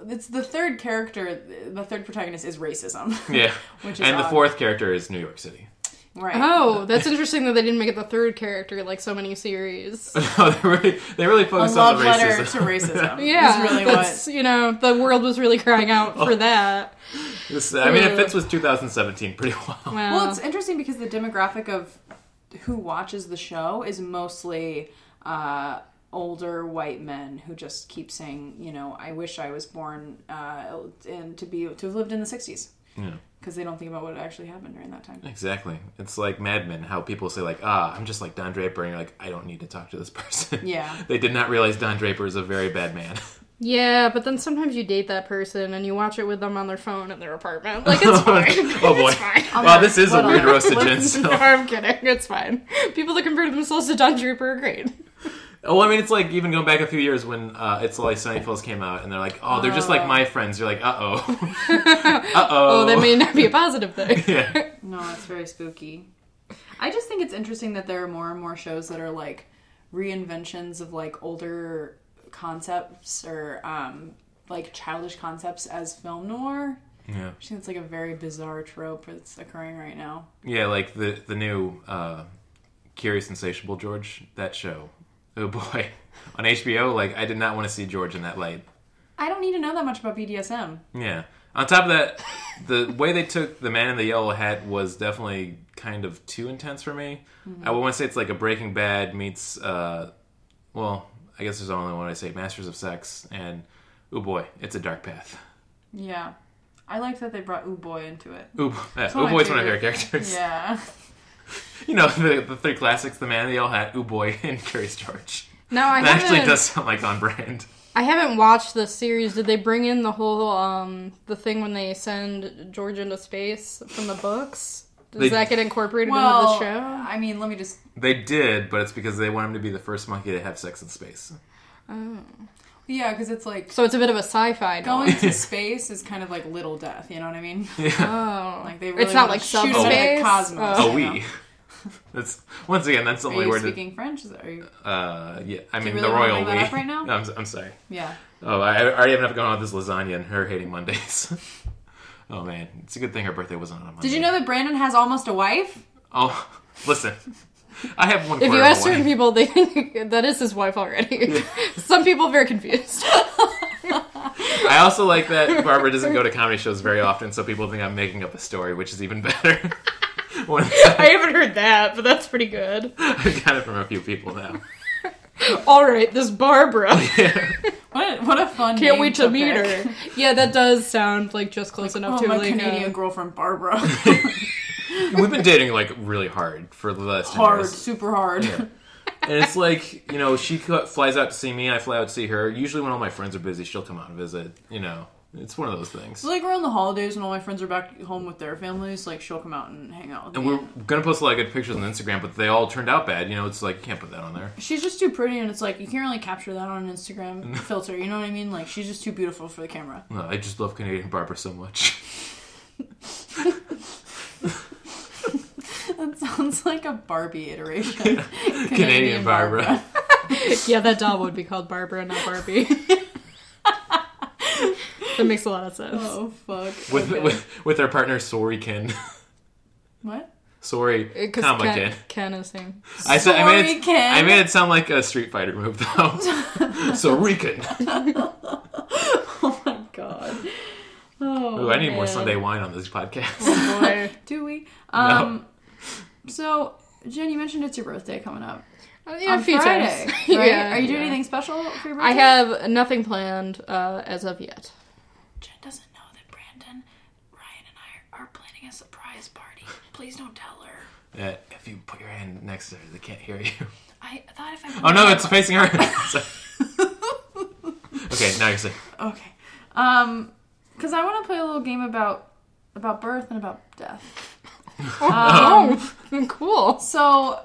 Speaker 5: it's the third character the third protagonist is racism. [laughs]
Speaker 4: Yeah,
Speaker 5: Which is
Speaker 4: and the
Speaker 5: odd.
Speaker 4: fourth character is New York City. [laughs]
Speaker 5: right.
Speaker 3: Oh, that's interesting that they didn't make it the third character like so many series.
Speaker 5: [laughs]
Speaker 4: no, they really they really
Speaker 5: A
Speaker 4: focused on
Speaker 5: love
Speaker 4: the
Speaker 5: letter
Speaker 4: racism.
Speaker 5: to
Speaker 4: [laughs]
Speaker 5: racism.
Speaker 3: Yeah,
Speaker 5: Is really
Speaker 3: that's
Speaker 5: what Oh.
Speaker 3: you know the world was really crying
Speaker 5: [laughs]
Speaker 3: out for that.
Speaker 4: [laughs] This- I mean, it fits with 2017 pretty well.
Speaker 3: Wow.
Speaker 5: Well, it's interesting because the demographic of who watches the show is mostly uh, older white men who just keep saying, you know, I wish I was born uh, and to be to have lived in the '60s
Speaker 4: Yeah.
Speaker 5: because they don't think about what actually happened during that time.
Speaker 4: Exactly. It's like Mad Men, how people say like, "Ah, I'm just like Don Draper," and you're like, "I don't need to talk to this [laughs] person."
Speaker 5: Yeah.
Speaker 4: they did not realize Don Draper is a very bad man. [laughs]
Speaker 3: yeah, but then sometimes you date that person and you watch it with them on their phone in their apartment. Like
Speaker 4: [laughs]
Speaker 3: it's fine. [laughs]
Speaker 4: oh boy!
Speaker 3: It's fine.
Speaker 4: Wow, this is a
Speaker 5: Hold on.
Speaker 4: weird roasted
Speaker 3: [laughs] No,
Speaker 4: Gensel.
Speaker 3: I'm kidding. It's fine. People that convert themselves to Don Draper are great.
Speaker 4: Oh, I mean, it's like even going back a few years when uh, It's Always Sunny Falls came out, and they're like, "Oh, they're just like my friends." You're like, "Uh [laughs] oh, uh
Speaker 3: Oh,
Speaker 4: oh."
Speaker 3: that may not be a positive thing.
Speaker 4: [laughs] Yeah.
Speaker 5: No, it's very spooky. I just think it's interesting that there are more and more shows that are like reinventions of like older concepts or um, like childish concepts as film noir.
Speaker 4: Yeah.
Speaker 5: I think it's like a very bizarre trope that's occurring right now.
Speaker 4: yeah, like the the new uh, Curious Insatiable George that show. Oh boy, [laughs] on HBO, like I did not want to see George in that light.
Speaker 5: I don't need to know that much about BDSM.
Speaker 4: Yeah. On top of that, the way they took the man in the yellow hat was definitely kind of too intense for me.
Speaker 5: Mm-hmm.
Speaker 4: I would want to say it's like a Breaking Bad meets, uh, well, I guess there's only one I say, Masters of Sex, and oh boy, it's a dark path.
Speaker 5: Yeah. I like that they brought Ooh Boy into it.
Speaker 4: Ooh, yeah,
Speaker 5: one
Speaker 4: ooh
Speaker 5: of my
Speaker 4: boy's one of
Speaker 5: favorite-
Speaker 4: your characters. [laughs]
Speaker 5: Yeah.
Speaker 4: [laughs] You know the, the three classics: the man in the yellow hat, ooh boy, and Curious George.
Speaker 3: No, I
Speaker 4: That actually
Speaker 3: haven't.
Speaker 4: does sound like on brand.
Speaker 3: I haven't watched the series. Did they bring in the whole um the thing when they send George into space from the books? Does
Speaker 4: They-
Speaker 3: that get incorporated
Speaker 6: Well,
Speaker 3: into the show?
Speaker 6: I mean, let me just.
Speaker 4: They did, but it's because they want him to be the first monkey to have sex in space.
Speaker 6: Yeah, because it's like
Speaker 3: So it's a bit of a sci-fi. novel.
Speaker 4: [laughs]
Speaker 6: going to
Speaker 5: Space is kind of like little death, you know what I mean? [laughs]
Speaker 3: Oh.
Speaker 5: Like they really
Speaker 3: It's not
Speaker 5: wanna
Speaker 3: like
Speaker 5: shoot him
Speaker 3: subspace?
Speaker 5: in [laughs] cosmos.
Speaker 3: Oh.
Speaker 4: A we. [laughs] That's once again. That's the
Speaker 5: Are
Speaker 4: only
Speaker 5: you
Speaker 4: word.
Speaker 5: speaking French? Is that, are you,
Speaker 4: That, uh, yeah, I mean
Speaker 5: really
Speaker 4: the
Speaker 5: wanna
Speaker 4: royal
Speaker 5: bring
Speaker 4: we.
Speaker 5: that up right now?
Speaker 4: No, I'm, I'm sorry.
Speaker 5: yeah.
Speaker 4: Oh, I, I already have enough going on with this lasagna and her hating Mondays. [laughs] oh man, it's a good thing her birthday wasn't on a Monday.
Speaker 5: Did you know that Brandon has almost a wife?
Speaker 4: Oh, [laughs] listen, I have
Speaker 5: [laughs]
Speaker 4: one.
Speaker 3: If you
Speaker 4: quarter of
Speaker 3: ask
Speaker 4: a wife.
Speaker 3: certain people, they [laughs] think that is his wife already. [laughs] Some people are very confused. [laughs]
Speaker 4: I also like
Speaker 5: [laughs]
Speaker 4: that Barbara doesn't go to comedy shows very often, so people think I'm making up a story, which is even better. [laughs]
Speaker 3: [laughs]
Speaker 4: One-
Speaker 3: I haven't heard that, but that's pretty good.
Speaker 4: I've got it from a few people now.
Speaker 3: [laughs] All right, this [laughs] Barbara.
Speaker 5: What a, what a fun
Speaker 3: Can't
Speaker 5: name
Speaker 3: wait to meet
Speaker 5: pick.
Speaker 3: her. [laughs] Yeah, that does sound like just close enough
Speaker 5: Oh,
Speaker 3: to
Speaker 5: my
Speaker 3: like
Speaker 5: Canadian
Speaker 3: uh,
Speaker 5: girlfriend
Speaker 4: [laughs]
Speaker 5: Barbara.
Speaker 4: We've been dating like really hard for the last 10
Speaker 5: hard,
Speaker 4: years.
Speaker 5: super hard.
Speaker 4: Yeah. And it's like you know, she co- flies out to see me, I fly out to see her. Usually, when all my friends are busy, she'll come out and visit. You know, it's one of those things.
Speaker 5: So like around the holidays when all my friends are back home with their families, like she'll come out and hang out with
Speaker 4: And
Speaker 5: me.
Speaker 4: we're gonna post a lot of good pictures on Instagram, but they all turned out bad. You know, it's like you can't put that on there.
Speaker 5: She's just too pretty, and it's like you can't really capture that on
Speaker 4: [laughs]
Speaker 5: an Instagram filter. You know what I mean? Like she's just too beautiful for
Speaker 3: [laughs]
Speaker 5: the camera.
Speaker 4: No, I just love Canadian Barbara so much. [laughs]
Speaker 5: That sounds like a
Speaker 4: [laughs]
Speaker 5: Barbie iteration. Canadian,
Speaker 4: Canadian Barbara.
Speaker 3: [laughs] Yeah, that doll would be called Barbara, not [laughs] Barbie. that makes a lot of sense.
Speaker 5: Oh fuck.
Speaker 4: [laughs] with,
Speaker 5: Okay.
Speaker 4: with with our partner Sorry Ken. [laughs]
Speaker 5: what?
Speaker 4: Sorry,
Speaker 3: Because
Speaker 4: comma
Speaker 3: Uh, Ken,
Speaker 4: Ken.
Speaker 3: Ken is [laughs] saying
Speaker 4: I said I made
Speaker 5: Uh, Sorry,
Speaker 4: it,
Speaker 5: Ken.
Speaker 4: I made it sound like a Street Fighter move though.
Speaker 5: [laughs]
Speaker 4: Sorry Ken.
Speaker 5: Oh my god. Oh.
Speaker 4: Ooh, I need more
Speaker 5: man.
Speaker 4: Sunday wine on this podcast. [laughs]
Speaker 3: "Oh, boy.
Speaker 5: Do we? Um. So. Jen, you mentioned it's your birthday coming up.
Speaker 3: [laughs] yeah,
Speaker 5: On
Speaker 3: a few
Speaker 5: Friday,
Speaker 3: times. [laughs]
Speaker 5: right?
Speaker 3: Yeah.
Speaker 5: Are you doing
Speaker 4: Yeah.
Speaker 5: anything special for your birthday?
Speaker 3: I have nothing planned uh, as of yet.
Speaker 5: Jen doesn't know that Brandon, Ryan, and I are planning a surprise party. Please don't tell her.
Speaker 4: Uh, if you put your hand next to her, they can't hear you.
Speaker 5: I thought if I.
Speaker 4: Oh no, it's facing her. [laughs] Sorry. okay, now you're safe.
Speaker 5: Okay. Um, because I want to play a little game about about birth and about death.
Speaker 3: [laughs]
Speaker 5: Um,
Speaker 3: Oh, [laughs] [laughs] cool.
Speaker 5: So uh,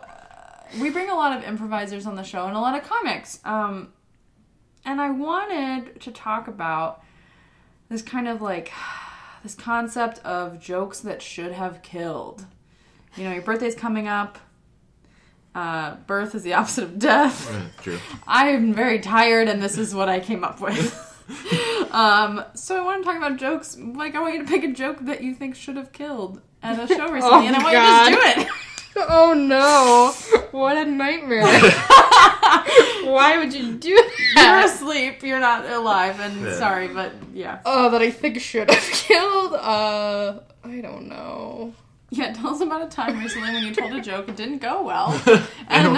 Speaker 5: we bring a lot of improvisers on the show and a lot of comics. Um, and I wanted to talk about this kind of like [sighs] this concept of jokes that should have killed. You know, your birthday's coming up. Uh, birth is the [laughs] opposite of death.
Speaker 4: Mm, True.
Speaker 5: I'm very tired, and this is what I came up with. [laughs] um, so I want to talk about jokes. Like, I want you to pick a joke that you think should have killed at a show recently, and I want you to just do it.
Speaker 3: Oh no! [laughs] What a [laughs] nightmare! Why would you [laughs] do
Speaker 5: [laughs] You're
Speaker 3: that?
Speaker 5: asleep. You're not alive, and
Speaker 4: Yeah.
Speaker 5: sorry, but yeah,
Speaker 3: Oh, that I think should have [laughs] killed. Uh, I don't know.
Speaker 5: yeah. Tell us about a time recently when you told a joke it didn't go well,
Speaker 4: [laughs] and,
Speaker 5: And,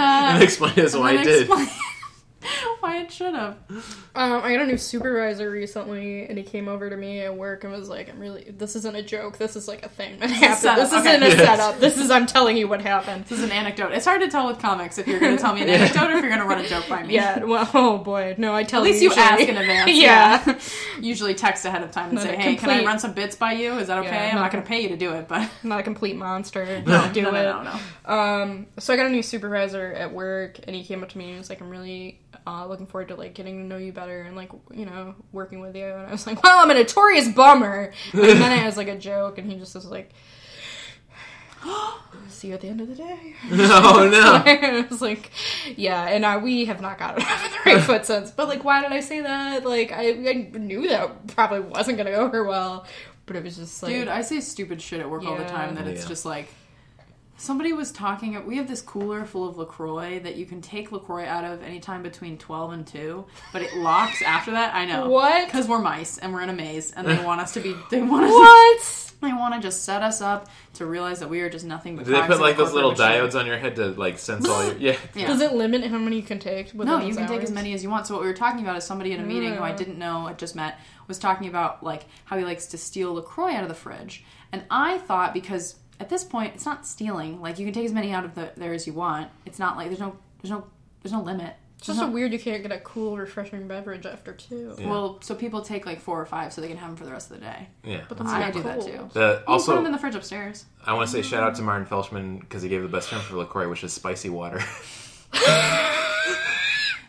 Speaker 4: [laughs]
Speaker 5: uh,
Speaker 4: and explain us why
Speaker 5: and
Speaker 4: I
Speaker 5: then
Speaker 4: did. [laughs]
Speaker 5: explain [laughs] why it should have.
Speaker 3: Um, I got a new supervisor recently, and he came over to me at work and was like, "I'm really. This isn't a joke. This is like a thing that happened.
Speaker 5: setup,
Speaker 3: This
Speaker 5: okay.
Speaker 3: isn't a
Speaker 4: Yes.
Speaker 3: setup. This is I'm telling you what
Speaker 5: [laughs]
Speaker 3: happened."
Speaker 5: This is an anecdote. It's hard to tell with comics if you're going to
Speaker 4: [laughs]
Speaker 5: tell me an anecdote or if you're going to run a joke by me.
Speaker 3: Yeah. Well, oh boy. No, I tell.
Speaker 5: At least you ask in
Speaker 3: [laughs]
Speaker 5: advance.
Speaker 3: yeah.
Speaker 5: [laughs] Usually text ahead of time and
Speaker 3: Not
Speaker 5: say,
Speaker 3: a
Speaker 5: "Hey, can I
Speaker 3: complete-
Speaker 5: run some bits by you? Is that okay? I'm
Speaker 3: not
Speaker 5: not going
Speaker 3: a-
Speaker 5: to pay you to do it, but
Speaker 3: I'm not a complete monster. Don't
Speaker 5: [laughs]
Speaker 3: do
Speaker 5: no,
Speaker 3: it.
Speaker 5: no, no, no.
Speaker 3: Um, so I got a new supervisor at work, and he came up to me and he was like, "I'm really uh, looking forward to like getting to know you better and like you know working with you." And I was like, "Well, I'm a notorious bummer." And then it was like a joke, and he just was like, [gasps] "See you at the end of the day."
Speaker 4: No, no.
Speaker 3: [laughs] I was like, "Yeah," and uh, we have not gotten [laughs] off on the right foot since. But like, why did I say that? Like, I, I knew that probably wasn't gonna go over well, but it was just like,
Speaker 5: Dude, I say stupid shit at work all the
Speaker 3: Yeah.
Speaker 5: time that it's
Speaker 4: Yeah.
Speaker 5: just like somebody was talking we have this cooler full of LaCroix that you can take LaCroix out of anytime between 12 and 2, but it locks after that. I know.
Speaker 3: What?
Speaker 5: Cuz we're mice and we're in a maze and
Speaker 4: [laughs]
Speaker 5: they want us to be they want us
Speaker 3: "What?"
Speaker 5: [laughs] they want to just set us up to realize that we are just nothing but
Speaker 4: Did they
Speaker 5: cogs
Speaker 4: put
Speaker 5: in
Speaker 4: like
Speaker 5: the
Speaker 4: those little
Speaker 5: corporate machine.
Speaker 4: diodes on your head to like sense all
Speaker 5: [laughs]
Speaker 4: your yeah?
Speaker 5: Yeah.
Speaker 3: Does it limit how many you can take?
Speaker 5: No,
Speaker 3: within
Speaker 5: you
Speaker 3: those
Speaker 5: can take as
Speaker 3: hours?
Speaker 5: many as you want. So what we were talking about is somebody in a meeting
Speaker 3: Mm.
Speaker 5: who I didn't know I just met was talking about like how he likes to steal Lacroix out of the fridge, and I thought because at this point it's not stealing. Like you can take as many out of the, there as you want. It's not like there's no there's no there's no limit.
Speaker 3: It's just so weird you can't get a cool, refreshing beverage after two.
Speaker 4: Yeah.
Speaker 5: Well, so people take like four or five so they can have them for the rest of the day.
Speaker 4: Yeah.
Speaker 3: But that's
Speaker 5: I
Speaker 3: not
Speaker 5: do that
Speaker 3: cold.
Speaker 5: too.
Speaker 4: The,
Speaker 5: Also, put them in
Speaker 4: also,
Speaker 5: the fridge upstairs.
Speaker 4: I want to say shout out to Martin Felshman because he gave the best term for LaCroix, which is spicy water. [laughs]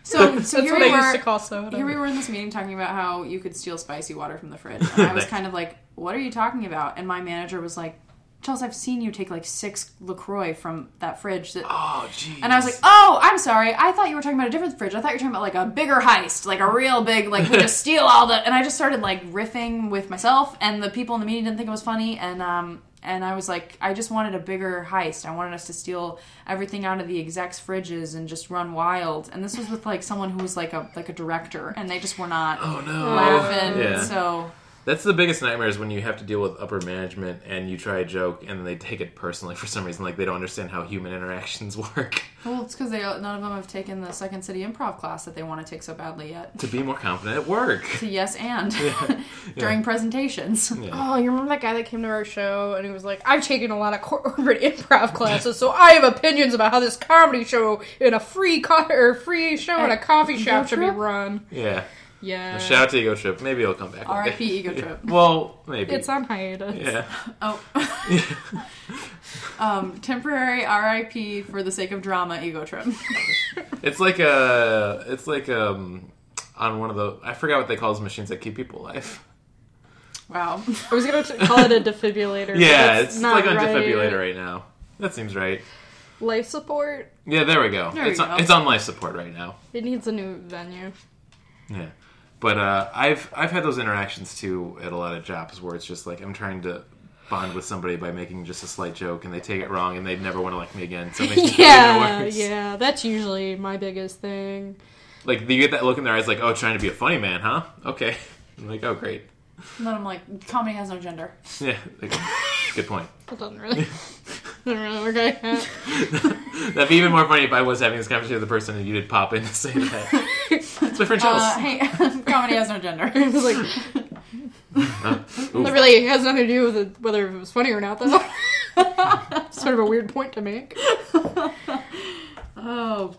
Speaker 5: So, so
Speaker 3: [laughs] That's
Speaker 5: here
Speaker 3: what
Speaker 5: we
Speaker 3: I used to
Speaker 5: were.
Speaker 3: call soda.
Speaker 5: Here we were in this meeting talking about how you could steal spicy water from the fridge. And I was kind of like, "What are you talking about?" And my manager was like, "Chelsea, I've seen you take like six Lacroix from that fridge." That,
Speaker 4: oh, jeez.
Speaker 5: And I was like, "Oh, I'm sorry. I thought you were talking about a different fridge. I thought you were talking about like a bigger heist, like a real big, like
Speaker 4: [laughs]
Speaker 5: we just steal all the." And I just started like riffing with myself, and the people in the meeting didn't think it was funny, and um, and I was like, "I just wanted a bigger heist. I wanted us to steal everything out of the execs' fridges and just run wild." And this was with like someone who was like a like a director, and they just were not
Speaker 4: oh no.
Speaker 5: laughing.
Speaker 4: Yeah.
Speaker 5: So
Speaker 4: That's the biggest nightmare is when you have to deal with upper management and you try a joke and they take it personally for some reason, like they don't understand how human interactions [laughs] work.
Speaker 5: well, it's because they none of them have taken the Second City Improv class that they want to take so badly yet. [laughs]
Speaker 4: to be more confident at work.
Speaker 5: To
Speaker 4: [laughs]
Speaker 5: yes and [laughs] during presentations.
Speaker 3: Oh, you remember that guy that came to our show and he was like, I've taken a lot of corporate [laughs] improv classes, so I have opinions about how this comedy show in a free co- or free show in a coffee shop should be
Speaker 5: Trip?
Speaker 3: run.
Speaker 4: Yeah.
Speaker 3: Yeah.
Speaker 4: Shout out to Ego Trip. Maybe it'll come back. one day. [laughs]
Speaker 5: R.I.P. Ego Trip.
Speaker 4: Well, maybe.
Speaker 3: It's on hiatus.
Speaker 4: [laughs] yeah.
Speaker 5: Oh. [laughs] um, temporary RIP for the sake of drama ego trip. [laughs]
Speaker 4: It's like a. It's like um, on one of the. I forgot what they call those machines that keep people alive. [laughs]
Speaker 5: Wow.
Speaker 3: I was going to call it a defibrillator. but
Speaker 4: Yeah,
Speaker 3: that's
Speaker 4: it's
Speaker 3: not
Speaker 4: like on
Speaker 3: right.
Speaker 4: defibrillator right now. That seems right.
Speaker 3: Life support.
Speaker 4: Yeah, there we go.
Speaker 5: There
Speaker 4: it's
Speaker 5: you
Speaker 4: on,
Speaker 5: go.
Speaker 4: it's on life support right now.
Speaker 3: It needs a new venue.
Speaker 4: Yeah. But uh, I've I've had those interactions too at a lot of jobs where it's just like I'm trying to bond with somebody by making just a slight joke and they take it wrong and they'd never want to like me again. So it makes
Speaker 3: [laughs]
Speaker 4: it
Speaker 3: yeah,
Speaker 4: even worse.
Speaker 3: yeah. That's usually my biggest thing.
Speaker 4: Like you get that look in their eyes, like, "Oh, trying to be a funny man, huh?" Okay, [laughs] I'm like, "Oh, great, [laughs]
Speaker 5: And then I'm like, comedy has no gender.
Speaker 4: yeah, like, good point."
Speaker 3: That doesn't really, [laughs] doesn't really work like that.
Speaker 4: That'd be even more funny if I was having this conversation with the person and you did pop in to say that. it's my friend Charles.
Speaker 5: Uh, [laughs] hey, comedy has no gender. [laughs]
Speaker 3: It was like,
Speaker 4: Ooh.
Speaker 3: that really has nothing to do with it, whether it was funny or not. That's [laughs] sort of a weird point to make.
Speaker 5: [laughs] Oh,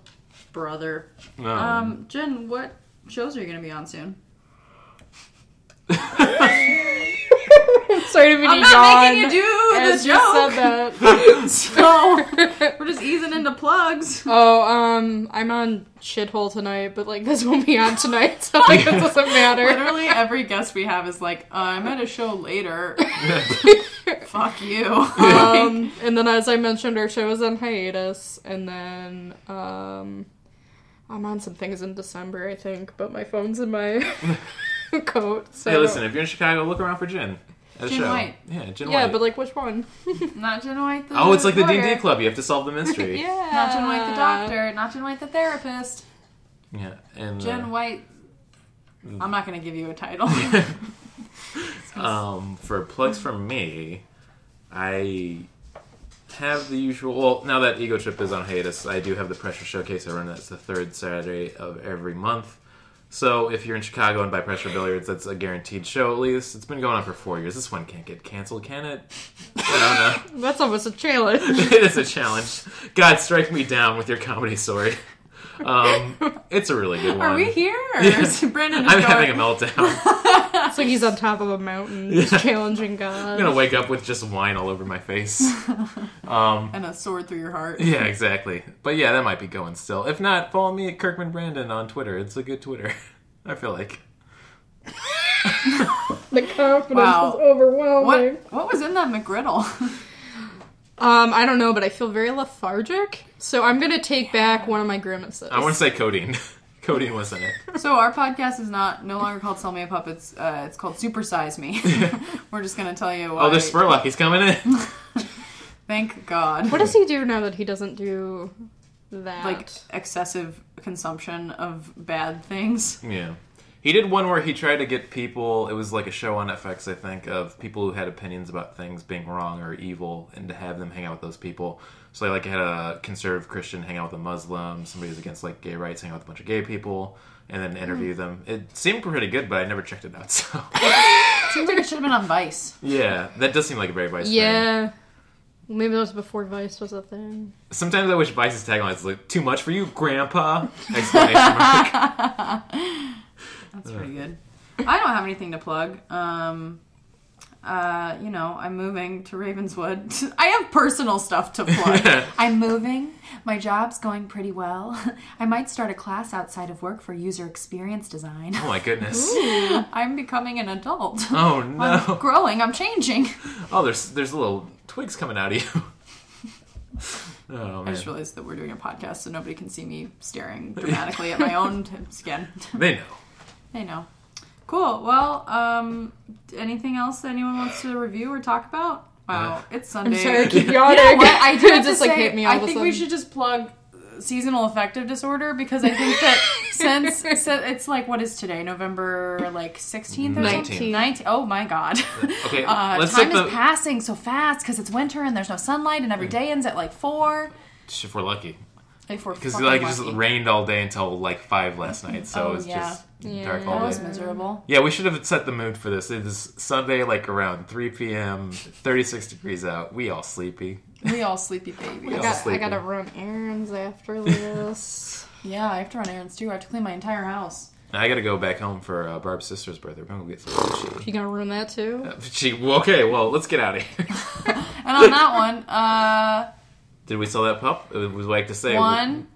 Speaker 5: brother.
Speaker 4: No.
Speaker 5: Um, Jen, what shows are you going to be on soon?
Speaker 3: Sorry to be
Speaker 5: I'm not making you do the joke. [laughs]
Speaker 3: said [laughs] that.
Speaker 5: So we're just easing into plugs.
Speaker 3: Oh, um, I'm on shithole tonight, but like this won't be on tonight, so like [laughs] it doesn't matter.
Speaker 5: Literally every guest we have is like, uh, I'm at a show later. Fuck you.
Speaker 3: [laughs] Um, and then as I mentioned, our show is on hiatus, and then um, I'm on some things in December, I think, but my phone's in my [laughs] coat. So
Speaker 4: hey, listen, if you're in Chicago, look around for Jen. At a
Speaker 5: Jen
Speaker 4: show.
Speaker 5: White.
Speaker 4: Yeah, Jen
Speaker 3: Yeah,
Speaker 4: White.
Speaker 3: but like which one?
Speaker 5: Not Jen White. The
Speaker 4: oh, it's like the D and D
Speaker 5: lawyer.
Speaker 4: club. You have to solve the
Speaker 5: [laughs]
Speaker 4: mystery.
Speaker 3: Yeah,
Speaker 5: Not Jen White the doctor, not Jen White the therapist,
Speaker 4: Yeah, Mm. and
Speaker 5: Jen
Speaker 4: uh,
Speaker 5: White. I'm not going to give you a title.
Speaker 4: um, for plugs from me, I have the usual. Well, now that Ego Trip is on hiatus, I do have the Pressure Showcase. I run that's the third Saturday of every month. So if you're in Chicago and buy Pressure Billiards, that's a guaranteed show at least. It's been going on for four years. This one can't get canceled, can it? I don't know.
Speaker 3: That's almost a challenge.
Speaker 4: [laughs] it is a challenge. God, strike me down with your comedy sword. Um, it's a really good one.
Speaker 5: [laughs] Are we here?
Speaker 4: [laughs]
Speaker 5: Or
Speaker 4: Yeah.
Speaker 5: is Brandon just
Speaker 4: I'm
Speaker 5: going,
Speaker 4: having a meltdown.
Speaker 3: It's like he's on top of a mountain, just challenging God.
Speaker 4: I'm gonna wake up with just wine all over my face. Um,
Speaker 5: and a sword through your heart.
Speaker 4: yeah, exactly. But yeah, that might be going still. If not, follow me at Kirkman Brandon on Twitter. It's a good Twitter. [laughs] I feel like.
Speaker 3: The confidence
Speaker 5: Wow.
Speaker 3: is overwhelming.
Speaker 5: What what was in that McGriddle? [laughs]
Speaker 3: Um, I don't know, but I feel very lethargic, so I'm gonna take back one of my grimaces.
Speaker 4: I want to say codeine. [laughs] codeine was in it.
Speaker 5: so our podcast is not no longer called Sell Me a Pup. It's uh, it's called
Speaker 4: [laughs]
Speaker 5: Supersize Me. [laughs] We're just gonna tell you. Why.
Speaker 4: Oh, there's Spurlock. He's coming in. [laughs]
Speaker 5: Thank God.
Speaker 3: What does he do now that he doesn't do that?
Speaker 5: like excessive consumption of bad things.
Speaker 4: Yeah. He did one where he tried to get people, it was like a show on FX, I think, of people who had opinions about things being wrong or evil and to have them hang out with those people. So they like had a conservative Christian hang out with a Muslim, somebody who's against like gay rights hang out with a bunch of gay people, and then interview them. It seemed pretty good, but I never checked it out, [laughs] so
Speaker 5: Seems like it should have been on Vice.
Speaker 4: Yeah. That does seem like a very vice
Speaker 3: yeah, Well, maybe that was before Vice was a thing.
Speaker 4: Sometimes I wish Vice's tagline is like, too much for you, Grandpa! Exclamation
Speaker 5: [laughs]
Speaker 4: mark.
Speaker 5: That's pretty good. I don't have anything to plug. Um, uh, you know, I'm moving to Ravenswood. [laughs] I have personal stuff to plug. I'm moving. My job's going pretty well. [laughs] I might start a class outside of work for user experience design. [laughs]
Speaker 4: Oh my goodness.
Speaker 5: I'm becoming an adult. [laughs]
Speaker 4: Oh
Speaker 5: I'm
Speaker 4: no.
Speaker 5: growing. I'm changing.
Speaker 4: Oh, there's there's little twigs coming out of you. [laughs] Oh
Speaker 5: I
Speaker 4: man.
Speaker 5: just realized that we're doing a podcast, so nobody can see me staring dramatically at my own t- skin. [laughs]
Speaker 4: They know.
Speaker 5: They know. Cool. Well, um, anything else that anyone wants to review or talk about? Wow, it's Sunday.
Speaker 3: I'm
Speaker 5: [laughs]
Speaker 3: sorry to
Speaker 5: You
Speaker 3: keep yawning.
Speaker 5: know
Speaker 3: [laughs]
Speaker 5: what? I do have
Speaker 3: It just
Speaker 5: to
Speaker 3: like
Speaker 5: say,
Speaker 3: hit me all
Speaker 5: I
Speaker 3: of a
Speaker 5: think
Speaker 3: sudden.
Speaker 5: we should just plug uh, seasonal affective disorder because I
Speaker 3: [laughs]
Speaker 5: think that since, since it's like what is today, November like sixteenth or
Speaker 4: Nineteenth.
Speaker 5: something, nineteen. Oh my god.
Speaker 4: [laughs] Okay,
Speaker 5: Uh,
Speaker 4: let's
Speaker 5: time
Speaker 4: set
Speaker 5: is
Speaker 4: the.
Speaker 5: passing so fast because it's winter and there's no sunlight and every day ends at like four.
Speaker 4: if we're lucky,
Speaker 5: If we're
Speaker 4: because
Speaker 5: fucking
Speaker 4: like it just
Speaker 5: lucky.
Speaker 4: rained all day until like five last night, so
Speaker 5: Oh,
Speaker 4: it's
Speaker 5: yeah.
Speaker 4: just dark
Speaker 5: That
Speaker 4: all
Speaker 5: was
Speaker 4: day.
Speaker 5: miserable.
Speaker 4: Yeah, we should have set the mood for this. It is Sunday, like around 3 p.m., 36 degrees out. We all sleepy.
Speaker 5: We all sleepy babies.
Speaker 3: I,
Speaker 4: Yeah. was
Speaker 3: got, I
Speaker 4: sleeping.
Speaker 3: gotta run errands after this.
Speaker 5: Yeah, I have to run errands too. I have to clean my entire house.
Speaker 4: And I gotta go back home for uh, Barb's sister's birthday. We're gonna get some
Speaker 3: [laughs]
Speaker 4: sushi.
Speaker 3: you gonna ruin that
Speaker 4: [laughs]
Speaker 3: too?
Speaker 4: She, well, okay, well, let's get out of here. [laughs]
Speaker 5: And on that one, uh,
Speaker 4: Did we sell that pup? It was like to say.
Speaker 5: one,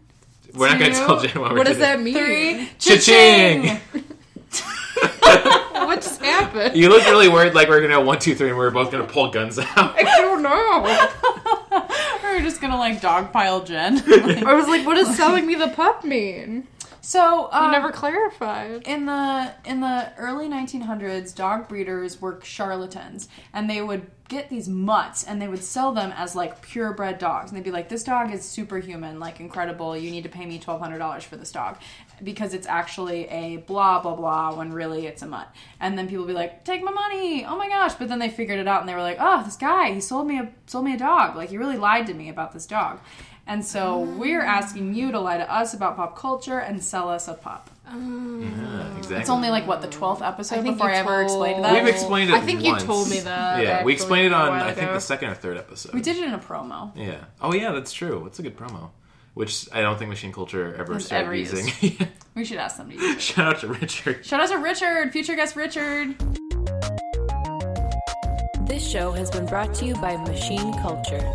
Speaker 4: We're not gonna
Speaker 5: two,
Speaker 4: tell Jen why we're
Speaker 3: What does
Speaker 4: doing
Speaker 3: that mean?
Speaker 5: three,
Speaker 4: Cha-ching!
Speaker 5: cha-ching! [laughs]
Speaker 3: What just happened?
Speaker 4: it. [laughs] You look really worried like we're gonna have one, two, three, and we're both gonna pull guns out.
Speaker 3: I don't know.
Speaker 5: We're just gonna like dogpile Jen.
Speaker 3: I was like, what does selling me the pup mean?
Speaker 5: so
Speaker 3: You
Speaker 5: um,
Speaker 3: never clarified.
Speaker 5: in the in the early 1900s, dog breeders were charlatans, and they would get these mutts and they would sell them as like purebred dogs, and they'd be like, "This dog is superhuman, like incredible. You need to pay me twelve hundred dollars for this dog." Because it's actually a blah blah blah when really it's a mutt. And then people would be like, Take my money, oh my gosh. But then they figured it out and they were like, Oh, this guy, he sold me a sold me a dog. Like he really lied to me about this dog. And so we're asking you to lie to us about pop culture and sell us a pup.
Speaker 4: Yeah, [laughs] exactly.
Speaker 5: It's only like what the twelfth episode
Speaker 3: I think
Speaker 5: before I
Speaker 3: you
Speaker 5: ever
Speaker 3: told-
Speaker 5: explained that.
Speaker 4: We've explained it.
Speaker 3: I think you
Speaker 4: once.
Speaker 3: told me that,
Speaker 4: Yeah,
Speaker 3: actually,
Speaker 4: we explained it
Speaker 3: a
Speaker 4: on
Speaker 3: while
Speaker 4: I think
Speaker 3: ago.
Speaker 4: the second or third episode.
Speaker 5: we did it in a promo.
Speaker 4: Yeah. Oh yeah, that's true. It's a good promo, which I don't think machine culture ever
Speaker 5: Has
Speaker 4: started
Speaker 5: ever
Speaker 4: using.
Speaker 5: We should ask them to use
Speaker 4: [laughs]
Speaker 5: it.
Speaker 4: Shout out to Richard.
Speaker 5: Shout out to Richard, future guest Richard.
Speaker 7: This show has been brought to you by Machine Culture.